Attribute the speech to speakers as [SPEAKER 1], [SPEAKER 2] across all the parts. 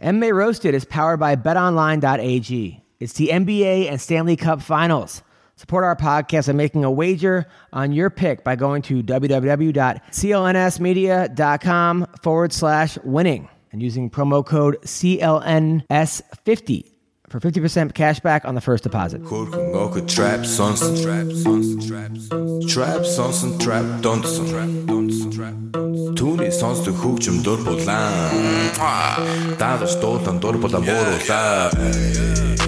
[SPEAKER 1] MMA Roasted is powered by betonline.ag. It's the NBA and Stanley Cup Finals. Support our podcast and making a wager on your pick by going to www.clnsmedia.com forward slash winning and using promo code CLNS50 for 50% cash back on the first deposit.
[SPEAKER 2] Korkun oku trap sonsun trap sonsun trap sonsun. trap sonsun trap donsun trap donsun trap donsun. Түүний сонсдог хөгжим дур булаа Даагч дуулан дур булаа бууруулаа
[SPEAKER 3] I'm a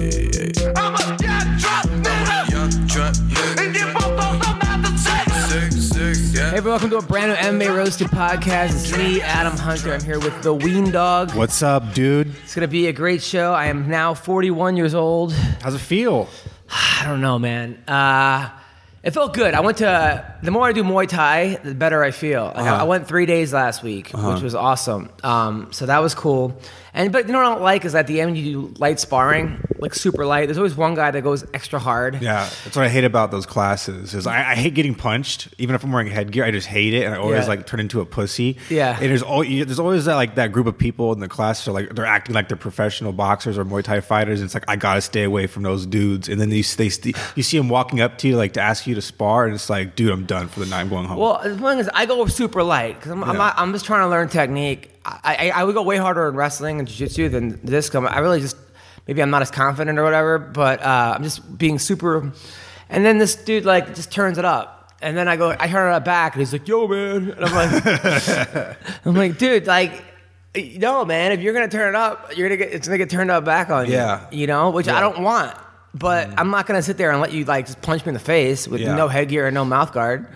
[SPEAKER 3] young drop nigga, and you both don't know nothing sex.
[SPEAKER 1] Hey, everyone, welcome to a brand new MMA Roasted podcast. It's me, Adam Hunter. I'm here with the Ween Dog.
[SPEAKER 4] What's up, dude?
[SPEAKER 1] It's going to be a great show. I am now 41 years old.
[SPEAKER 4] How's it feel?
[SPEAKER 1] I don't know, man. Uh, it felt good. I went to the more I do Muay Thai, the better I feel. Like, I- I, went three days last week, which was awesome. Um, so that was cool. And but you know what I don't like is at the end you do light sparring, like super light. There's always one guy that goes extra hard.
[SPEAKER 4] Yeah, that's what I hate about those classes. Is I, I hate getting punched, even if I'm wearing headgear. I just hate it, and I always
[SPEAKER 1] Yeah.
[SPEAKER 4] like turn into a pussy.
[SPEAKER 1] Yeah.
[SPEAKER 4] and there's always there's always that like that group of people in the class that are like they're acting like they're professional boxers or Muay Thai fighters. And it's like I gotta stay away from those dudes. And then these they, st you see them walking up to you like to ask you to spar, and it's like, dude, I'm done for the night. I'm going home.
[SPEAKER 1] Well, the thing is, I go super light because I'm, I'm,
[SPEAKER 4] Yeah.
[SPEAKER 1] not, I'm just trying to learn technique. I, I, I would go way harder in wrestling and jiu-jitsu than this. Come, I really just maybe I'm not as confident or whatever, but uh, I'm just being super. And then this dude like just turns it up, and then I go, I turn it up back, and he's like, "Yo, man," and I'm like, I'm like, dude, like. No, man. If you're gonna turn it up, you're gonna get it's gonna get turned up back on you.
[SPEAKER 4] Yeah. Mm.
[SPEAKER 1] you know, which I don't want. But I'm not gonna sit there and let you like just punch me in the face with
[SPEAKER 4] Yeah.
[SPEAKER 1] no headgear and no mouth guard.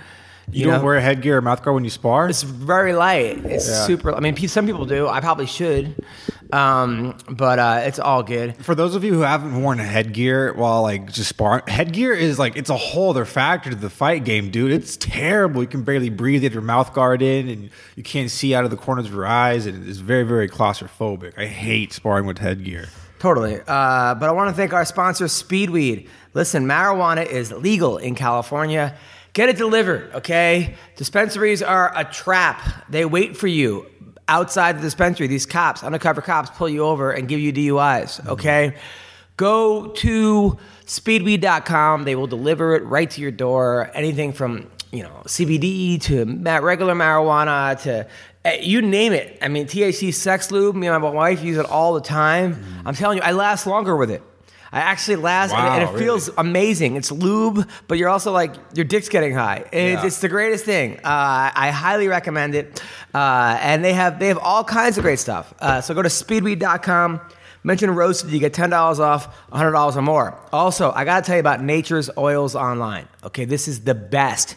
[SPEAKER 4] you, don't
[SPEAKER 1] know?
[SPEAKER 4] wear headgear or mouthguard when you spar.
[SPEAKER 1] It's very light. It's
[SPEAKER 4] Yeah.
[SPEAKER 1] super. I mean, pe- some people do. I probably should, um, but uh, it's all good.
[SPEAKER 4] for those of you who haven't worn headgear while like just sparring, headgear is like it's a whole other factor to the fight game, dude. It's terrible. You can barely breathe. You have your mouth guard in, and you can't see out of the corners of your eyes, and it's very, very claustrophobic. I hate sparring with headgear.
[SPEAKER 1] Totally. Uh, but I want to thank our sponsor, Speedweed. Listen, marijuana is legal in California. Get it delivered, okay? Dispensaries are a trap. They wait for you outside the dispensary. These cops, undercover cops, pull you over and give you DUIs, okay? Go to speedweed.com. They will deliver it right to your door. Anything from, you know, CBD to ma- regular marijuana to Eh, You name it. I mean, THC sex lube. Me and my wife use it all the time. I'm telling you, I last longer with it. I actually last, and it- and,
[SPEAKER 4] Wow,
[SPEAKER 1] it feels amazing. It's lube, but you're also like your dick's getting high. It-
[SPEAKER 4] Yeah.
[SPEAKER 1] It's the greatest thing. Uh, I highly recommend it. Uh, and they have they have all kinds of great stuff. Uh, so go to speedweed.com. Mention roasted, you get ten dollars off, hundred dollars or more. Also, I gotta tell you about Nature's Oils Online. Okay, this is the best.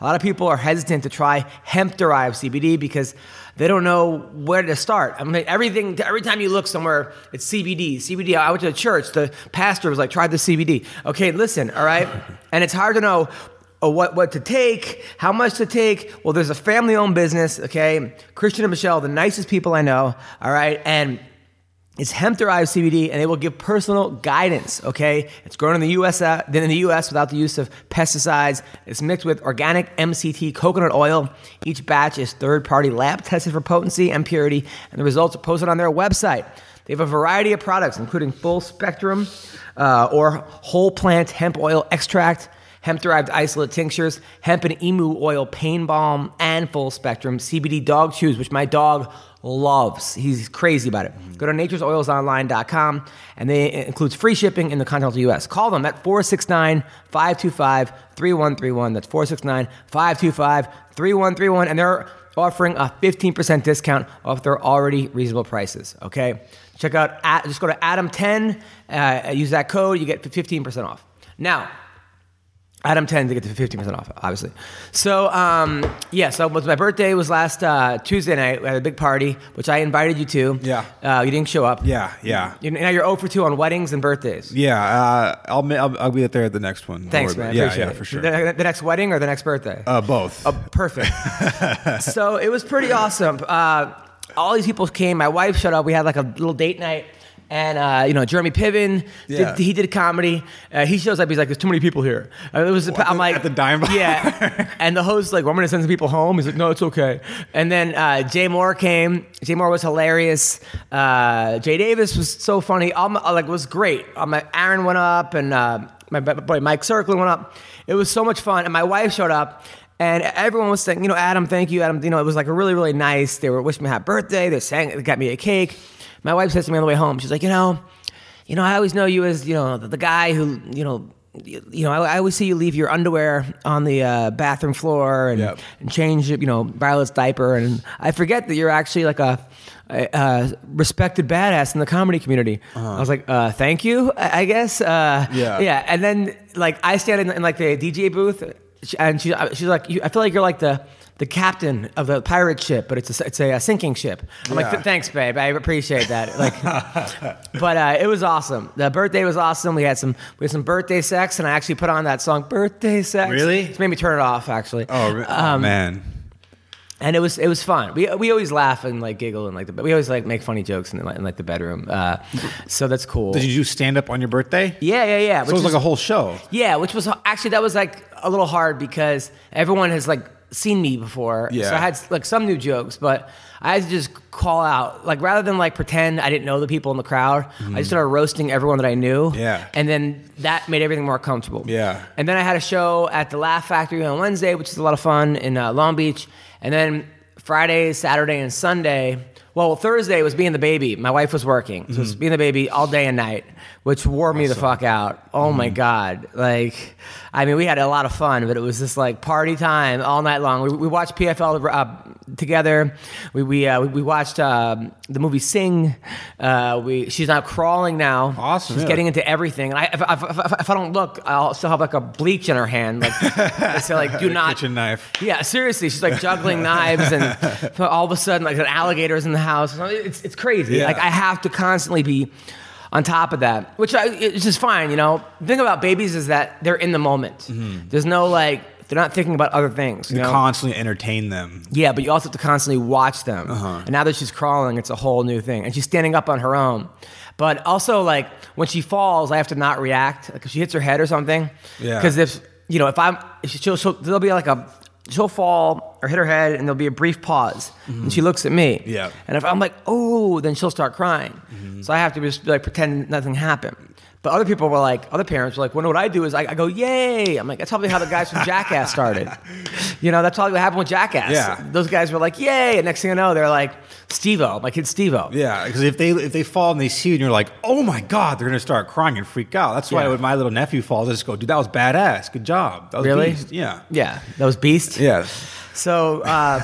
[SPEAKER 1] A lot of people are hesitant to try hemp-derived CBD because they don't know where to start. I mean, everything. Every time you look somewhere, it's CBD. CBD. I went to a church. The pastor was like, "Try the CBD." Okay, listen. All right, and it's hard to know uh, what what to take, how much to take. Well, there's a family-owned business. Okay, Christian and Michelle, the nicest people I know. All right, and it's hemp-derived CBD, and they will give personal guidance. Okay, it's grown in the U.S. Uh, then in the U.S. without the use of pesticides. It's mixed with organic MCT coconut oil. Each batch is third-party lab tested for potency and purity, and the results are posted on their website. They have a variety of products, including full spectrum uh, or whole plant hemp oil extract, hemp derived isolate tinctures, hemp and emu oil pain balm, and full spectrum CBD dog chews, which my dog loves. He's crazy about it. Go to naturesoilsonline.com and they it includes free shipping in the continental US. Call them at 469 525 3131. That's 469 525 3131. And they're offering a 15% discount off their already reasonable prices. Okay. Check out, at, just go to Adam10, uh, use that code, you get 15% off. Now, Item 10 to get to 15% off, obviously. So, um, yeah, so it was my birthday was last uh, Tuesday night. We had a big party, which I invited you to.
[SPEAKER 4] Yeah.
[SPEAKER 1] Uh, you didn't show up.
[SPEAKER 4] Yeah, yeah.
[SPEAKER 1] You- now you're 0 for 2 on weddings and birthdays.
[SPEAKER 4] Yeah, uh, I'll, ma- I'll I'll be there at the next one. Don't
[SPEAKER 1] Thanks,
[SPEAKER 4] worry
[SPEAKER 1] man.
[SPEAKER 4] about it. Yeah,
[SPEAKER 1] Appreciate
[SPEAKER 4] yeah,
[SPEAKER 1] it.
[SPEAKER 4] for sure.
[SPEAKER 1] The, the next wedding or the next birthday?
[SPEAKER 4] uh, both.
[SPEAKER 1] Oh, perfect. so it was pretty awesome. Uh, all these people came. My wife showed up. We had like a little date night. And uh, you know Jeremy Piven,
[SPEAKER 4] Yeah.
[SPEAKER 1] did, he did comedy. Uh, he shows up. He's like, "There's too many people here." And it was, I'm
[SPEAKER 4] the-
[SPEAKER 1] like,
[SPEAKER 4] at the Dime Bar?
[SPEAKER 1] Yeah. And the host like, "Well, "I'm gonna send some people home." He's like, "No, it's okay." And then uh, Jay Moore came. Jay Moore was hilarious. Uh, Jay Davis was so funny. All my, like was great. All my Aaron went up, and uh, my b- boy Mike Circlin went up. It was so much fun. And my wife showed up, and everyone was saying, you know, Adam, thank you, Adam. You know, it was like really, really nice. They were wishing me happy birthday. They sang, they got me a cake. My wife says to me on the way home, she's like, you know, you know, I always know you as you know the, the guy who you know. You you know, I, I always see you leave your underwear on the uh, bathroom floor and,
[SPEAKER 4] Yep.
[SPEAKER 1] and change, you know, Violet's diaper. And I forget that you're actually like a, a, uh respected badass in the comedy community. I was like, uh, thank you, I, I guess. Uh,
[SPEAKER 4] Uh-huh. Yeah.
[SPEAKER 1] yeah. And then like I stand in, in like the DJ booth, and she she's like, you, I feel like you're like the the captain of the pirate ship, but it's a it's a, sinking ship. I'm like,
[SPEAKER 4] Yeah.
[SPEAKER 1] thanks, babe. I appreciate that. Like, but uh, it was awesome. The birthday was awesome. We had some we had some birthday sex, and I actually put on that song, birthday sex.
[SPEAKER 4] Really?
[SPEAKER 1] It's made me turn it off actually.
[SPEAKER 4] oh, re- oh,
[SPEAKER 1] um,
[SPEAKER 4] man.
[SPEAKER 1] and it was it was fun. We we always laugh and like giggle and like the, we always like make funny jokes in, like, in like the bedroom. Uh, so that's cool.
[SPEAKER 4] Did you do stand up on your birthday?
[SPEAKER 1] yeah, yeah, yeah.
[SPEAKER 4] So it was like a whole show.
[SPEAKER 1] Yeah, which was actually that was like a little hard because everyone has like seen me before.
[SPEAKER 4] Yeah.
[SPEAKER 1] So I had like some new jokes, but I had to just call out like rather than like pretend I didn't know the people in the crowd. I just started roasting everyone that I knew.
[SPEAKER 4] Mm-hmm. Yeah.
[SPEAKER 1] And then that made everything more comfortable.
[SPEAKER 4] Yeah.
[SPEAKER 1] And then I had a show at the Laugh Factory on Wednesday, which is a lot of fun in uh, Long Beach. And then Friday, Saturday, and Sunday. Well, Thursday was being the baby. My wife was working, so it was being the baby all day and night, which wore me the fuck out. Oh my god! Like, I mean, we had a lot of fun, but it was just like party time all night long. We, we watched PFL uh, together. We we uh, we, we watched um the movie Sing. Uh, we she's not crawling now.
[SPEAKER 4] Awesome,
[SPEAKER 1] She's
[SPEAKER 4] yeah.
[SPEAKER 1] getting into everything. And I, if, if, if, if I don't look, I'll still have like a bleach in her hand. Like, it's like, do not.
[SPEAKER 4] Kitchen knife.
[SPEAKER 1] Yeah, seriously, she's like juggling knives, and all of a sudden, like an alligator is in the house. It's it's crazy.
[SPEAKER 4] Yeah.
[SPEAKER 1] Like I have to constantly be on top of that, which I, it's just fine. You know, the thing about babies is that they're in the moment.
[SPEAKER 4] Mm-hmm.
[SPEAKER 1] There's no like they're not thinking about other things. You
[SPEAKER 4] You
[SPEAKER 1] know?
[SPEAKER 4] constantly entertain them.
[SPEAKER 1] Yeah, but you also have to constantly watch them.
[SPEAKER 4] Uh-huh.
[SPEAKER 1] And now that she's crawling, it's a whole new thing. And she's standing up on her own. But also, like when she falls, I have to not react. Like if she hits her head or something.
[SPEAKER 4] Yeah.
[SPEAKER 1] Because if you know, if I'm, if she'll, she'll, there'll be like a, she'll fall or hit her head, and there'll be a brief pause, and she looks at me.
[SPEAKER 4] Mm-hmm. Yeah. Mm-hmm.
[SPEAKER 1] And if I'm like, oh, then she'll start crying. So I have to just like pretend nothing happened. But other people were like, other parents were like, well, no, what I do is I, I go, yay. I'm like, that's probably how the guys from Jackass started. You know, that's probably what happened with Jackass.
[SPEAKER 4] Yeah.
[SPEAKER 1] Those guys were like, yay. And next thing I know, they're like, Steve O, my kid Steve O.
[SPEAKER 4] Yeah, because if they if they fall and they see you and you're like, oh my god, they're gonna start crying and freak out. That's why
[SPEAKER 1] Yeah.
[SPEAKER 4] when my little nephew falls, I just go, dude, that was badass. Good job. That was
[SPEAKER 1] Really?
[SPEAKER 4] beast." Yeah.
[SPEAKER 1] Yeah. That was Beast.
[SPEAKER 4] Yeah.
[SPEAKER 1] So, uh,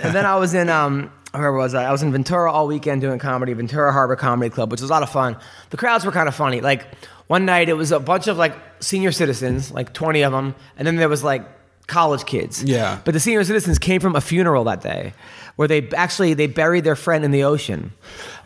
[SPEAKER 1] and then I was in, um, where was I? I was in Ventura all weekend doing comedy, Ventura Harbor Comedy Club, which was a lot of fun. The crowds were kind of funny. Like one night, it was a bunch of like senior citizens, like 20 of them, and then there was like college kids.
[SPEAKER 4] Yeah.
[SPEAKER 1] But the senior citizens came from a funeral that day where they actually they buried their friend in the ocean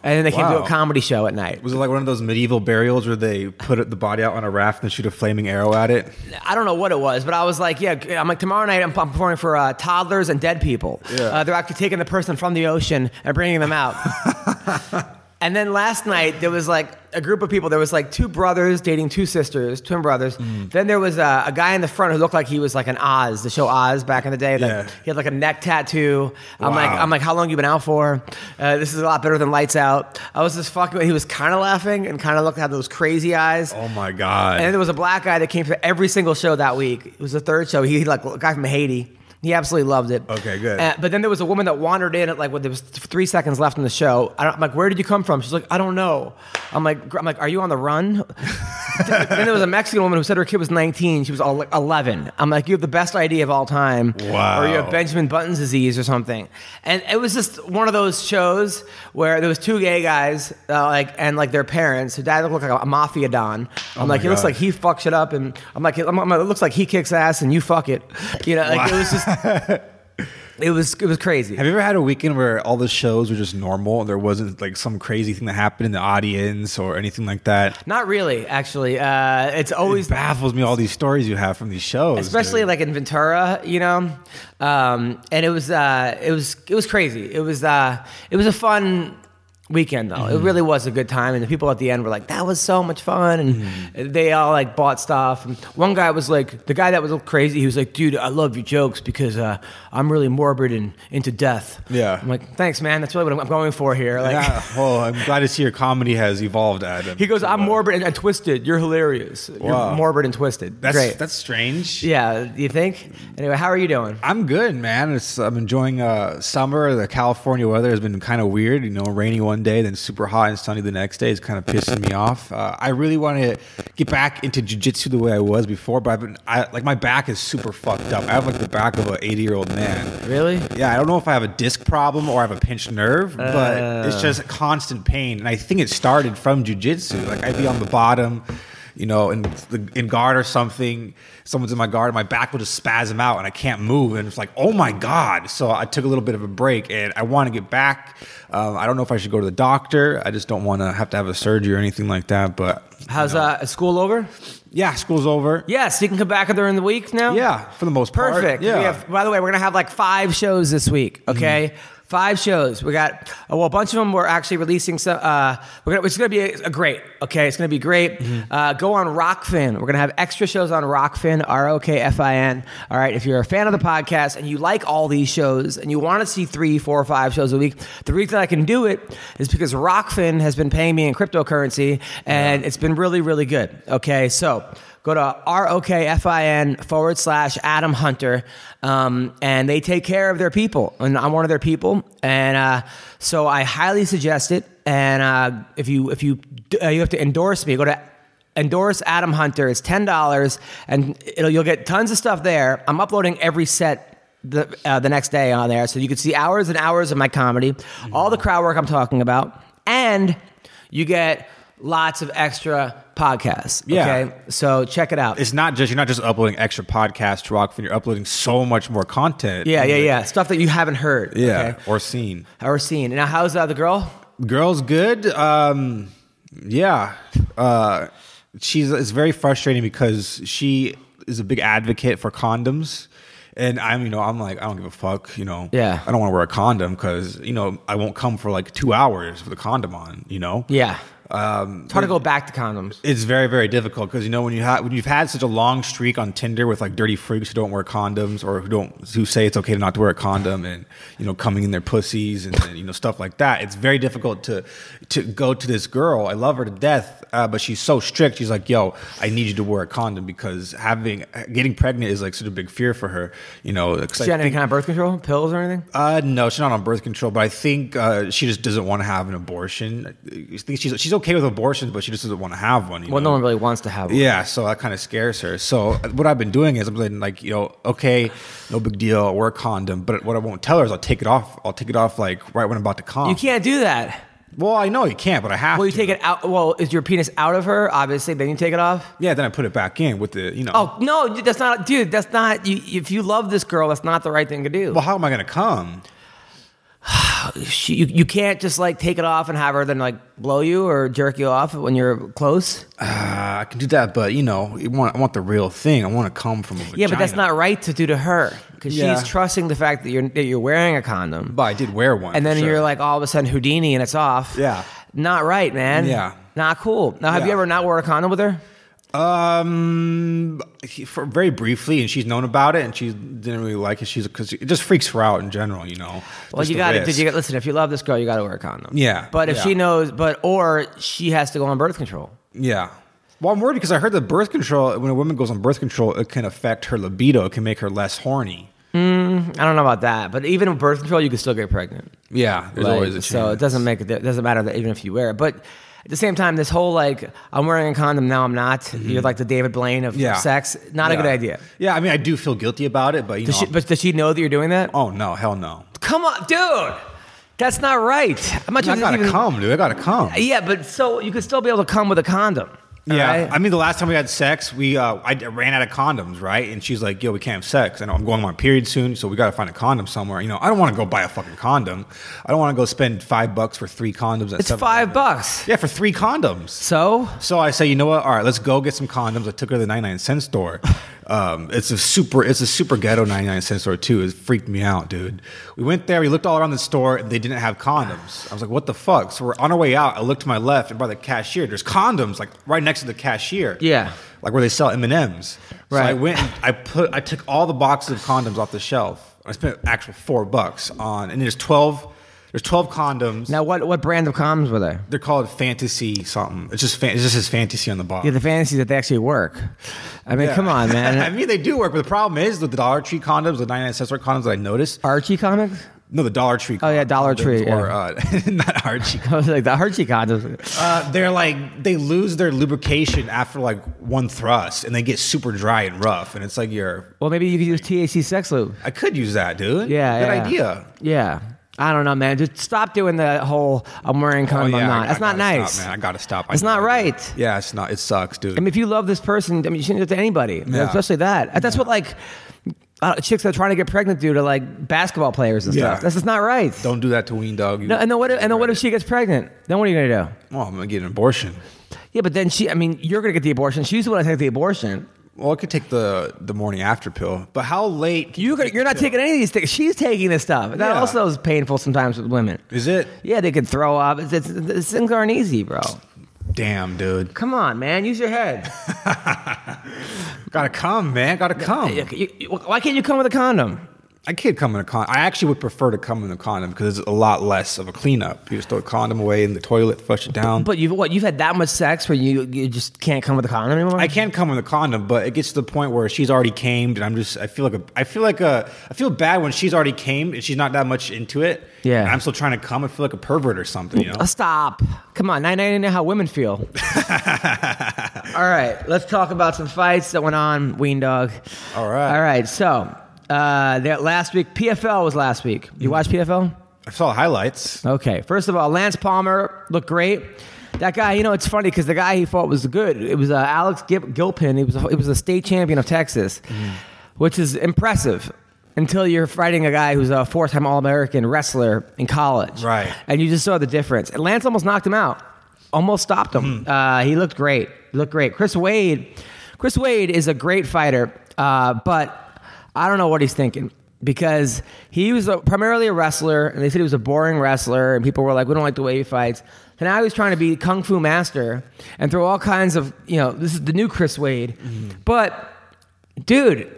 [SPEAKER 1] and then they came to
[SPEAKER 4] Wow.
[SPEAKER 1] a comedy show at night
[SPEAKER 4] Was it like one of those medieval burials where they put the body out on a raft and shoot a flaming arrow at it?
[SPEAKER 1] I don't know what it was, but I was like, yeah, I'm like, tomorrow night I'm, I'm performing for uh, toddlers and dead people.
[SPEAKER 4] Yeah.
[SPEAKER 1] Uh, they're actually taking the person from the ocean and bringing them out. and then last night there was like a group of people. There was like two brothers dating two sisters, twin brothers.
[SPEAKER 4] Hmm.
[SPEAKER 1] Then there was uh, a guy in the front who looked like he was like an Oz, the show Oz back in the day. Like,
[SPEAKER 4] Yeah.
[SPEAKER 1] He had like a neck tattoo. I'm like,
[SPEAKER 4] Wow.
[SPEAKER 1] I'm like, how long you been out for? Uh, this is a lot better than Lights Out. I was just fucking. He was kind of laughing and kind of looked had those crazy eyes.
[SPEAKER 4] Oh my god.
[SPEAKER 1] And then there was a black guy that came to every single show that week. It was the third show. He like a guy from Haiti. He absolutely loved it.
[SPEAKER 4] Okay, good.
[SPEAKER 1] Uh, but then there was a woman that wandered in at like when there was th- three seconds left in the show. I don't, I'm like, "Where did you come from?" She's like, "I don't know." I'm like, gr- "I'm like, are you on the run?" then there was a Mexican woman who said her kid was 19. She was all like 11. I'm like, you have the best idea of all time.
[SPEAKER 4] Wow.
[SPEAKER 1] Or you have Benjamin Button's disease or something. And it was just one of those shows where there was two gay guys, uh, like, and like their parents. Her dad looked like a mafia don. I'm like,
[SPEAKER 4] Oh my
[SPEAKER 1] it looks
[SPEAKER 4] God.
[SPEAKER 1] like he fucks it up, and I'm like, I'm, I'm- it looks like he kicks ass and you fuck it. You know, like it was just. It was it was crazy.
[SPEAKER 4] Have you ever had a weekend where all the shows were just normal and there wasn't like some crazy thing that happened in the audience or anything like that?
[SPEAKER 1] Not really, actually. Uh, it's always
[SPEAKER 4] It baffles me all these stories you have from these shows,
[SPEAKER 1] especially
[SPEAKER 4] dude.
[SPEAKER 1] like in Ventura, you know. Um, and it was uh, it was it was crazy. It was uh, it was a fun weekend though.
[SPEAKER 4] Mm-hmm.
[SPEAKER 1] It really was a good time, and the people at the end were like, "That was so much fun," and
[SPEAKER 4] Mm-hmm.
[SPEAKER 1] they all like bought stuff. And one guy was like, the guy that was crazy, he was like, "Dude, I love your jokes because uh, I'm really morbid and into death."
[SPEAKER 4] Yeah.
[SPEAKER 1] I'm like, "Thanks, man. That's really what I'm going for here." Like.
[SPEAKER 4] yeah, well, I'm glad to see your comedy has evolved, Adam.
[SPEAKER 1] He goes, I'm morbid and, and twisted. You're hilarious. You're
[SPEAKER 4] Wow.
[SPEAKER 1] morbid and twisted.
[SPEAKER 4] That's
[SPEAKER 1] Great.
[SPEAKER 4] that's strange.
[SPEAKER 1] yeah, you think? Anyway, how are you doing?
[SPEAKER 4] I'm good, man. It's, I'm enjoying uh, summer. The California weather has been kind of weird. You know, rainy one day, then super hot and sunny the next day. It's kind of pissing me off. Uh, I really want to get back into jujitsu the way I was before, but I've been I, like my back is super fucked up. I have like the back of an 80 year old man.
[SPEAKER 1] Really?
[SPEAKER 4] Yeah, I don't know if I have a disc problem or I have a pinched nerve, but it's
[SPEAKER 1] Uh.
[SPEAKER 4] just constant pain. And I think it started from jujitsu. Like I'd be on the bottom, you know, in the, in guard or something. Someone's in my guard, my back will just spasm out, and I can't move. And it's like, oh my god! So I took a little bit of a break, and I want to get back. Um, I don't know if I should go to the doctor. I just don't want to have to have a surgery or anything like that. But
[SPEAKER 1] How's uh, is school over?
[SPEAKER 4] yeah, school's over.
[SPEAKER 1] Yes, you can come back during the week now.
[SPEAKER 4] Yeah, for the most part.
[SPEAKER 1] perfect.
[SPEAKER 4] Yeah. Mm-hmm.
[SPEAKER 1] We have, by the way, we're gonna have like five shows this week. Okay, five shows. We got oh, well, a bunch of them. We're actually releasing some. Uh, we're gonna, it's gonna be a, a great. Okay, it's gonna be great.
[SPEAKER 4] Mm-hmm.
[SPEAKER 1] Uh, go on Rockfin. We're gonna have extra shows on Rockfin. R O K F I N. All right. If you're a fan of the podcast and you like all these shows and you want to see three, four, five shows a week, the reason I can do it is because Rockfin has been paying me in cryptocurrency and it's been really, really good. Okay, so go to r-o-k-f-i-n forward slash adam hunter um, and they take care of their people and i'm one of their people and uh, so i highly suggest it and uh, if you if you d- uh, you have to endorse me go to endorse adam hunter it's $10 and it'll, you'll get tons of stuff there i'm uploading every set the, uh, the next day on there so you can see hours and hours of my comedy all the crowd work i'm talking about and you get lots of extra podcasts
[SPEAKER 4] Yeah.
[SPEAKER 1] okay so check it out.
[SPEAKER 4] It's not just you're not just uploading extra podcasts to Rockfin. You're uploading so much more content.
[SPEAKER 1] yeah, yeah,
[SPEAKER 4] Like,
[SPEAKER 1] yeah. Stuff that you haven't heard.
[SPEAKER 4] Yeah,
[SPEAKER 1] Okay?
[SPEAKER 4] or seen.
[SPEAKER 1] Or seen. Now, how's uh, the girl?
[SPEAKER 4] Girl's good. Um, yeah, uh, she's. It's very frustrating because she is a big advocate for condoms, and I'm, you know, I'm like, I don't give a fuck, you know.
[SPEAKER 1] Yeah.
[SPEAKER 4] I don't want to wear a condom because you know I won't come for like two hours with a condom on, you know.
[SPEAKER 1] Yeah. Um, it's hard to go back to condoms.
[SPEAKER 4] It's very, very difficult because you know when you have when you've had such a long streak on Tinder with like dirty freaks who don't wear condoms or who don't who say it's okay to not to wear a condom and you know coming in their pussies and, and, you know stuff like that. It's very difficult to to go to this girl. I love her to death, uh, but she's so strict. She's like, "Yo, I need you to wear a condom because having getting pregnant is like such a big fear for her." You know, 'cause I
[SPEAKER 1] She had any
[SPEAKER 4] think-
[SPEAKER 1] kind of birth control, pills or anything?
[SPEAKER 4] uh, no, she's not on birth control, but I think uh, she just doesn't want to have an abortion. I think she's she's okay with abortions, but she just doesn't want to have one. you
[SPEAKER 1] Well, no
[SPEAKER 4] know?
[SPEAKER 1] one really wants to have one.
[SPEAKER 4] Yeah, so that kind of scares her. So what I've been doing is I've been like, you know, okay, no big deal, I'll wear a condom. But what I won't tell her is I'll take it off. I'll take it off like right when I'm about to come.
[SPEAKER 1] You can't do that.
[SPEAKER 4] Well, I know you can't, but I have.
[SPEAKER 1] Well, you
[SPEAKER 4] to.
[SPEAKER 1] take it out. Well, is your penis out of her? Obviously, then you take it off.
[SPEAKER 4] Yeah, then I put it back in with the, you know.
[SPEAKER 1] Oh no, that's not, dude. That's not. You, if you love this girl, that's not the right thing to do.
[SPEAKER 4] Well, how am I gonna come?
[SPEAKER 1] She, you, you can't just like take it off and have her then like blow you or jerk you off when you're close.
[SPEAKER 4] Uh, I can do that, but you know, I want, I want the real thing. I want to come from a
[SPEAKER 1] Yeah, but that's
[SPEAKER 4] vagina.
[SPEAKER 1] not right to do to her because
[SPEAKER 4] Yeah.
[SPEAKER 1] she's trusting the fact that you're that you're wearing a condom.
[SPEAKER 4] But I did wear one,
[SPEAKER 1] and
[SPEAKER 4] for
[SPEAKER 1] then
[SPEAKER 4] sure.
[SPEAKER 1] you're like all of a sudden Houdini and it's off.
[SPEAKER 4] Yeah.
[SPEAKER 1] Not right, man.
[SPEAKER 4] Yeah.
[SPEAKER 1] Not cool. Now, have you
[SPEAKER 4] Yeah.
[SPEAKER 1] ever not worn a condom with her?
[SPEAKER 4] Um, he- for very briefly, and she's known about it, and she didn't really like it. She's because it just freaks her out in general, you know.
[SPEAKER 1] Well,
[SPEAKER 4] Just
[SPEAKER 1] you
[SPEAKER 4] the
[SPEAKER 1] got to
[SPEAKER 4] risk.
[SPEAKER 1] Did you listen? If you love this girl, you got to wear a condom.
[SPEAKER 4] Yeah,
[SPEAKER 1] But if
[SPEAKER 4] yeah.
[SPEAKER 1] she knows, but or she has to go on birth control.
[SPEAKER 4] Yeah. Well, I'm worried because I heard that birth control, when a woman goes on birth control, it can affect her libido. It can make her less horny.
[SPEAKER 1] I don't know about that, but even with birth control, you can still get pregnant.
[SPEAKER 4] Yeah, there's
[SPEAKER 1] Like,
[SPEAKER 4] always a chance.
[SPEAKER 1] so it doesn't make it doesn't matter that even if you wear it, but. At the same time, this whole like I'm wearing a condom now I'm not. You're like the David Blaine of
[SPEAKER 4] Mm-hmm. Yeah.
[SPEAKER 1] sex. Not a
[SPEAKER 4] Yeah.
[SPEAKER 1] good idea.
[SPEAKER 4] Yeah, I mean, I do feel guilty about it, but you
[SPEAKER 1] Does
[SPEAKER 4] know,
[SPEAKER 1] she, but does she know that you're doing that?
[SPEAKER 4] oh no, hell no.
[SPEAKER 1] Come on, dude. That's not right. I'm not trying
[SPEAKER 4] I
[SPEAKER 1] to
[SPEAKER 4] gotta
[SPEAKER 1] even-
[SPEAKER 4] come, dude. I gotta come.
[SPEAKER 1] Yeah, but so you could still be able to come with a condom. all
[SPEAKER 4] Yeah,
[SPEAKER 1] right?
[SPEAKER 4] I mean, the last time we had sex, we uh, I d- ran out of condoms, right? And she's like, "Yo, we can't have sex. And I'm going on my period soon, so we got to find a condom somewhere." You know, I don't want to go buy a fucking condom. I don't want to go spend five bucks for three condoms. At
[SPEAKER 1] It's five
[SPEAKER 4] 7-Eleven.
[SPEAKER 1] bucks.
[SPEAKER 4] Yeah, for three condoms.
[SPEAKER 1] So
[SPEAKER 4] So I say, you know what? All right, let's go get some condoms. I took her to the 99 cent store. Um, it's a super, it's a super ghetto 99 cent store too. It freaked me out, dude. We went there, we looked all around the store, and they didn't have condoms. I was like, what the fuck? So we're on our way out. I look to my left, and by the cashier, there's condoms like right next to the cashier.
[SPEAKER 1] Yeah.
[SPEAKER 4] like where they sell M and M's. So I
[SPEAKER 1] Right.
[SPEAKER 4] went, and I put, I took all the boxes of condoms off the shelf. I spent actual four bucks on, and there's twelve, there's twelve condoms.
[SPEAKER 1] now, what what brand of condoms were there?
[SPEAKER 4] They're called fantasy something. It's just fan- it's just his fantasy on the box.
[SPEAKER 1] Yeah, the fantasy that they actually work. I mean, come on,
[SPEAKER 4] I
[SPEAKER 1] man.
[SPEAKER 4] mean, they do work, but the problem is with the Dollar Tree condoms, the 99 cent store condoms that I noticed.
[SPEAKER 1] Archie comics?
[SPEAKER 4] No, the Dollar Tree.
[SPEAKER 1] Oh, yeah,
[SPEAKER 4] condoms
[SPEAKER 1] Dollar Tree,
[SPEAKER 4] Or uh, not Archie.
[SPEAKER 1] I was like the Archie condoms.
[SPEAKER 4] Uh, they're like they lose their lubrication after like one thrust, and they get super dry and rough. And it's like you're.
[SPEAKER 1] Well, maybe you could use THC sex lube.
[SPEAKER 4] I could use that, dude.
[SPEAKER 1] Yeah,
[SPEAKER 4] good
[SPEAKER 1] yeah.
[SPEAKER 4] idea.
[SPEAKER 1] Yeah. I don't know, man. Just stop doing the whole "I'm wearing a condom,
[SPEAKER 4] Oh, yeah,
[SPEAKER 1] I'm
[SPEAKER 4] I-
[SPEAKER 1] not."
[SPEAKER 4] I
[SPEAKER 1] That's not
[SPEAKER 4] gotta
[SPEAKER 1] nice.
[SPEAKER 4] Stop, man, I gotta stop. I
[SPEAKER 1] It's not
[SPEAKER 4] gotta do
[SPEAKER 1] right.
[SPEAKER 4] it. Yeah, it's not. It sucks, dude.
[SPEAKER 1] I mean, if you love this person, I mean, you shouldn't do it to anybody,
[SPEAKER 4] Yeah.
[SPEAKER 1] especially that. That's what like uh, chicks that are trying to get pregnant do to like basketball players and
[SPEAKER 4] Yeah.
[SPEAKER 1] stuff. That's just not right.
[SPEAKER 4] don't do that to Ween Dog. You-
[SPEAKER 1] No, and then what? If, and then what if she gets pregnant? Then what are you gonna do?
[SPEAKER 4] Well, I'm gonna get an abortion.
[SPEAKER 1] Yeah, but then she. I mean, you're gonna get the abortion. She's the one that takes the abortion.
[SPEAKER 4] Well, I could take the the morning after pill, but how late?
[SPEAKER 1] You could, you're not taking any of these things. She's taking this stuff. That
[SPEAKER 4] Yeah.
[SPEAKER 1] also is painful sometimes with women.
[SPEAKER 4] Is it?
[SPEAKER 1] Yeah, they could throw up. It's, it's, it's, things aren't easy, bro.
[SPEAKER 4] Damn, dude.
[SPEAKER 1] Come on, man. Use your head.
[SPEAKER 4] Gotta come, man. Gotta come.
[SPEAKER 1] You- you- you- why can't you come with a condom?
[SPEAKER 4] I could come in a condom. I actually would prefer to come in a condom because it's a lot less of a cleanup. You just throw a condom away in the toilet, flush it down.
[SPEAKER 1] But you've what? You've had that much sex where you you just can't come with a condom anymore.
[SPEAKER 4] I can come in a condom, but it gets to the point where she's already camed, and I'm just I feel like a I feel like a I feel bad when she's already camed and she's not that much into it.
[SPEAKER 1] Yeah.
[SPEAKER 4] and I'm still trying to come. I feel like a pervert or something. You know.
[SPEAKER 1] Uh, Stop. Come on. Now, now you know how women feel. All right. Let's talk about some fights that went on, Ween Dog.
[SPEAKER 4] All right.
[SPEAKER 1] All right. So, uh, that last week, PFL was last week.
[SPEAKER 4] Mm.
[SPEAKER 1] You watch PFL?
[SPEAKER 4] I saw highlights.
[SPEAKER 1] Okay. First of all, Lance Palmer looked great. That guy, you know, it's funny because the guy he fought was good. It was uh, Alex Gil- Gilpin. He was a, he was a state champion of Texas,
[SPEAKER 4] Mm.
[SPEAKER 1] which is impressive until you're fighting a guy who's a four-time All-American wrestler in college,
[SPEAKER 4] Right.
[SPEAKER 1] And you just saw the difference. And Lance almost knocked him out, almost stopped him. Uh, he looked great. He looked great. Chris Wade, Chris Wade is a great fighter, uh, but I don't know what he's thinking because he was a, primarily a wrestler, and they said he was a boring wrestler, and people were like, "We don't like the way he fights." And now he's trying to be kung fu master and throw all kinds of you know this is the new Chris Wade, but dude,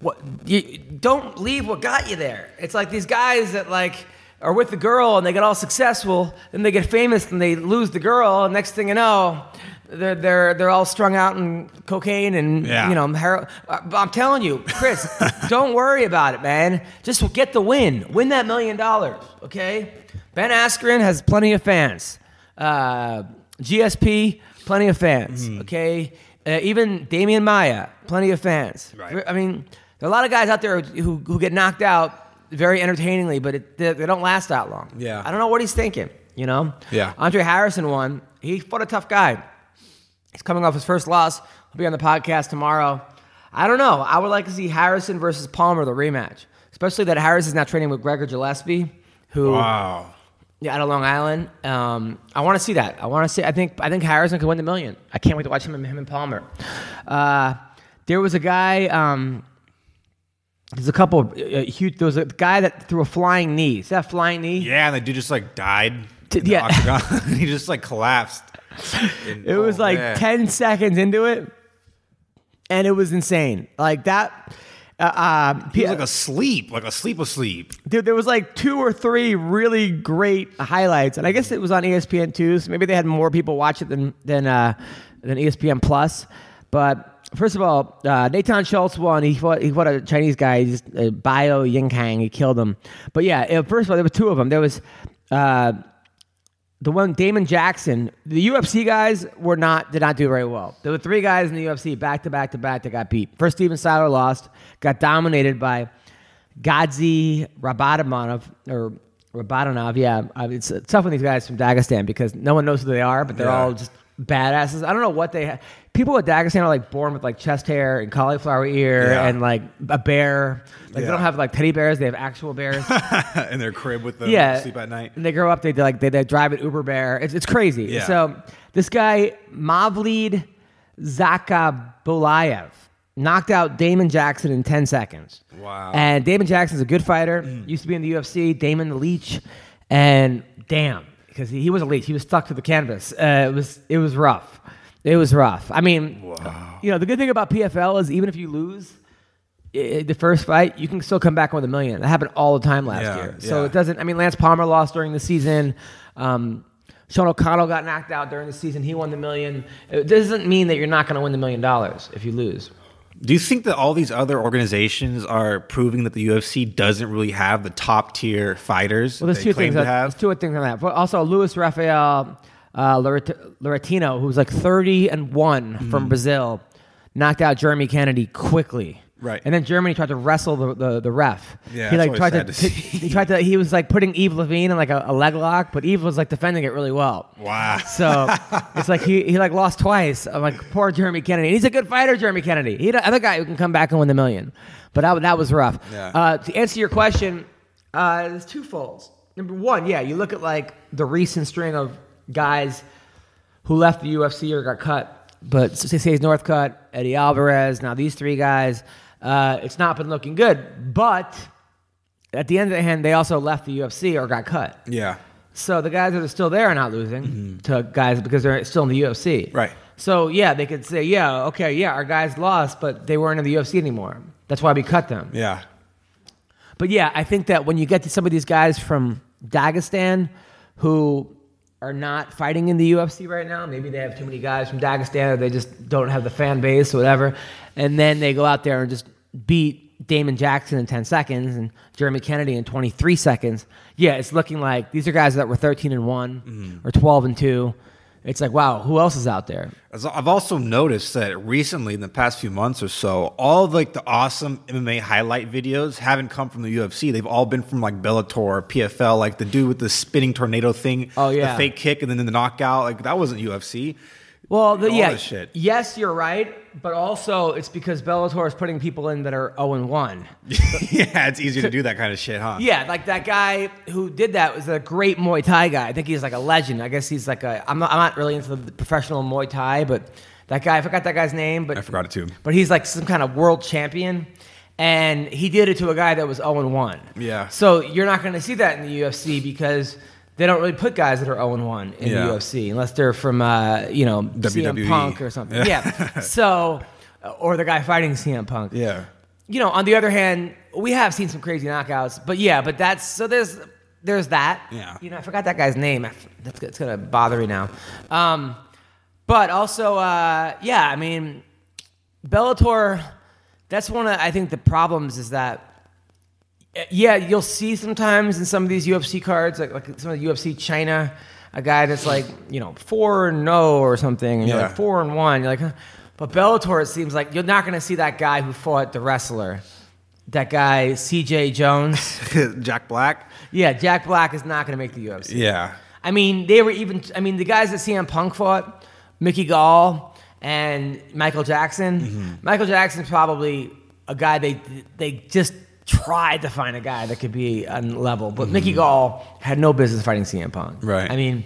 [SPEAKER 1] what you don't leave what got you there. It's like these guys that like are with the girl and they get all successful, then they get famous and they lose the girl, and next thing you know, they're they're they're all strung out in cocaine and
[SPEAKER 4] Yeah.
[SPEAKER 1] you know hero- uh, but I'm telling you, Chris, don't worry about it, man. Just get the win, win that million dollars, okay? Ben Askren has plenty of fans. Uh, GSP, plenty of fans,
[SPEAKER 4] Mm-hmm.
[SPEAKER 1] okay? Uh, even Damian Maya, plenty of fans.
[SPEAKER 4] Right.
[SPEAKER 1] I mean, there are a lot of guys out there who, who get knocked out very entertainingly, but it, they, they don't last that long.
[SPEAKER 4] Yeah.
[SPEAKER 1] I don't know what he's thinking, you know?
[SPEAKER 4] Yeah.
[SPEAKER 1] Andre Harrison won. He fought a tough guy. He's coming off his first loss. He'll be on the podcast tomorrow. I don't know. I would like to see Harrison versus Palmer, the rematch, especially that Harris is now training with Gregor Gillespie, who
[SPEAKER 4] Wow.
[SPEAKER 1] yeah, out of Long Island. Um, I want to see that. I want to see. I think I think Harrison could win the million. I can't wait to watch him and him and Palmer. Uh, there was a guy. Um, there's a couple uh, uh, huge. There was a guy that threw a flying knee. Is that a flying knee?
[SPEAKER 4] Yeah, and the dude just like died.
[SPEAKER 1] T-
[SPEAKER 4] in the
[SPEAKER 1] yeah.
[SPEAKER 4] octagon. he just like collapsed. And-
[SPEAKER 1] It was
[SPEAKER 4] oh,
[SPEAKER 1] like
[SPEAKER 4] man.
[SPEAKER 1] 10 seconds into it, and it was insane. Like that. Uh, uh,
[SPEAKER 4] He was like asleep, like asleep asleep.
[SPEAKER 1] dude, there was like two or three really great highlights, and I guess it was on E ESPN two, so maybe they had more people watch it than than uh, than ESPN Plus. But first of all, uh, Nathan Schultz won. He fought, he fought a Chinese guy, he's, uh, Bio Ying Kang. He killed him. But yeah, uh, first of all, there were two of them. There was. Uh, the one Damon Jackson, the UFC guys were not did not do very well. There were three guys in the UFC back to back to back that got beat. First, Steven Siler lost, got dominated by Gadzi Rabatamanov or Rabatanov. Yeah, uh, it's uh, tough with these guys from Dagestan because no one knows who they are, but they're all just badasses. I don't know what they have. People with Dagestan are like born with like chest hair and cauliflower ear
[SPEAKER 4] Yeah.
[SPEAKER 1] and like a bear. Like they
[SPEAKER 4] Yeah.
[SPEAKER 1] don't have like teddy bears; they have actual bears.
[SPEAKER 4] in their crib with them,
[SPEAKER 1] yeah,
[SPEAKER 4] sleep at night.
[SPEAKER 1] And they grow up, they like they, they drive an Uber Bear. It's, it's crazy.
[SPEAKER 4] Yeah.
[SPEAKER 1] So this guy Mavlid Zakabulayev knocked out Damon Jackson in ten seconds.
[SPEAKER 4] Wow. Mm.
[SPEAKER 1] And Damon Jackson's a good fighter. Used to be in the UFC. Damon the Leech, and damn, because he, he was a leech. He was stuck to the canvas. Uh, it was it was rough. It was rough. I mean, you know, the good thing about PFL is even if you lose. i- the first fight, you can still come back with a million. That happened all the time last
[SPEAKER 4] Yeah,
[SPEAKER 1] year. So
[SPEAKER 4] yeah.
[SPEAKER 1] it doesn't. I mean, Lance Palmer lost during the season. Um, Sean O'Connell got knocked out during the season. He won the million. It doesn't mean that you're not going to win the million dollars if you lose.
[SPEAKER 4] Do you think that all these other organizations are proving that the UFC doesn't really have the top tier fighters
[SPEAKER 1] Well, there's
[SPEAKER 4] they
[SPEAKER 1] two
[SPEAKER 4] claim
[SPEAKER 1] things.
[SPEAKER 4] to
[SPEAKER 1] That,
[SPEAKER 4] have?
[SPEAKER 1] there's two things on that. But also, Luis Rafael uh, Loret- Loretino, who's like 30 and one
[SPEAKER 4] Mm-hmm.
[SPEAKER 1] from Brazil, knocked out Jeremy Kennedy quickly.
[SPEAKER 4] Right.
[SPEAKER 1] And then Germany tried to wrestle the, the, the ref.
[SPEAKER 4] Yeah,
[SPEAKER 1] he
[SPEAKER 4] it's
[SPEAKER 1] like
[SPEAKER 4] always
[SPEAKER 1] tried to,
[SPEAKER 4] sad to see.
[SPEAKER 1] he tried to he was like putting Eve Levine in like a, a leg lock, but Eve was like defending it really well.
[SPEAKER 4] Wow.
[SPEAKER 1] So it's like he, he like lost twice. I'm like poor Jeremy Kennedy. And he's a good fighter, Jeremy Kennedy. He's the other guy who can come back and win the million. But that, that was rough.
[SPEAKER 4] Yeah.
[SPEAKER 1] Uh, to answer your question, uh, there's two folds. Number one, yeah, you look at like the recent string of guys who left the UFC or got cut, but Cesar Northcutt, Eddie Alvarez, now these three guys, uh, it's not been looking good. But at the end of the hand, they also left the UFC or got cut.
[SPEAKER 4] yeah.
[SPEAKER 1] So the guys that are still there are not losing to guys because they're still in the UFC.
[SPEAKER 4] Right.
[SPEAKER 1] So yeah, they could say, yeah, okay, yeah, our guys lost, but they weren't in the UFC anymore. That's why we cut them.
[SPEAKER 4] Yeah.
[SPEAKER 1] But yeah, I think that when you get to some of these guys from Dagestan who are not fighting in the UFC right now, maybe they have too many guys from Dagestan or they just don't have the fan base or whatever, and then they go out there and just beat Damon Jackson in 10 seconds and Jeremy Kennedy in 23 seconds. Yeah, it's looking like these are guys that were 13 and 1
[SPEAKER 4] Mm-hmm.
[SPEAKER 1] or 12 and 2. It's like, wow, who else is out there?
[SPEAKER 4] As I've also noticed that recently, in the past few months or so, all of, like the awesome MMA highlight videos haven't come from the UFC. They've all been from like Bellator, PFL, like the dude with the spinning tornado thing,
[SPEAKER 1] Oh, yeah.
[SPEAKER 4] the fake kick, and then the knockout. Like that wasn't UFC.
[SPEAKER 1] Well, the,
[SPEAKER 4] All
[SPEAKER 1] yeah,
[SPEAKER 4] this shit.
[SPEAKER 1] yes, you're right, but also it's because Bellator is putting people in that are 0 and 1.
[SPEAKER 4] yeah, it's easier to do that kind of shit, huh?
[SPEAKER 1] Yeah, like that guy who did that was a great Muay Thai guy. I think he's like a legend. I guess he's like a. I'm not, I'm not really into the professional Muay Thai, but that guy, I forgot that guy's name, but
[SPEAKER 4] I forgot it too.
[SPEAKER 1] But he's like some kind of world champion, and he did it to a guy that was 0 and 1.
[SPEAKER 4] Yeah.
[SPEAKER 1] So you're not going to see that in the UFC because they don't really put guys that are 0 and 1 in
[SPEAKER 4] Yeah. E.
[SPEAKER 1] the UFC unless they're from, uh, you know, CM
[SPEAKER 4] WWE.
[SPEAKER 1] Punk or something. yeah. So, or the guy fighting CM Punk
[SPEAKER 4] Yeah.
[SPEAKER 1] you know, on the other hand, we have seen some crazy knockouts, but yeah, but that's so there's there's that.
[SPEAKER 4] Yeah.
[SPEAKER 1] You know, I forgot that guy's name. I f- That's it's gonna bother me now. Um, but also, uh, yeah, I mean, Bellator. That's one of I think the problems is that. Yeah, you'll see sometimes in some of these UFC cards, like like some of the UFC China, a guy that's like you know four and no or something, and you're
[SPEAKER 4] Yeah.
[SPEAKER 1] like four and one. You're like, huh. but Bellator, it seems like you're not going to see that guy who fought the wrestler, that guy CJ Jones.
[SPEAKER 4] Jack Black.
[SPEAKER 1] yeah, Jack Black is not going to make the UFC.
[SPEAKER 4] Yeah.
[SPEAKER 1] I mean, they were even. I mean, the guys that CM Punk fought, Mickey Gall and Michael Jackson.
[SPEAKER 4] Mm-hmm.
[SPEAKER 1] Michael Jackson's probably a guy they they just tried to find a guy that could be on level, but Mickey Gall had no business fighting CM Punk.
[SPEAKER 4] Mm-hmm. Right.
[SPEAKER 1] I mean,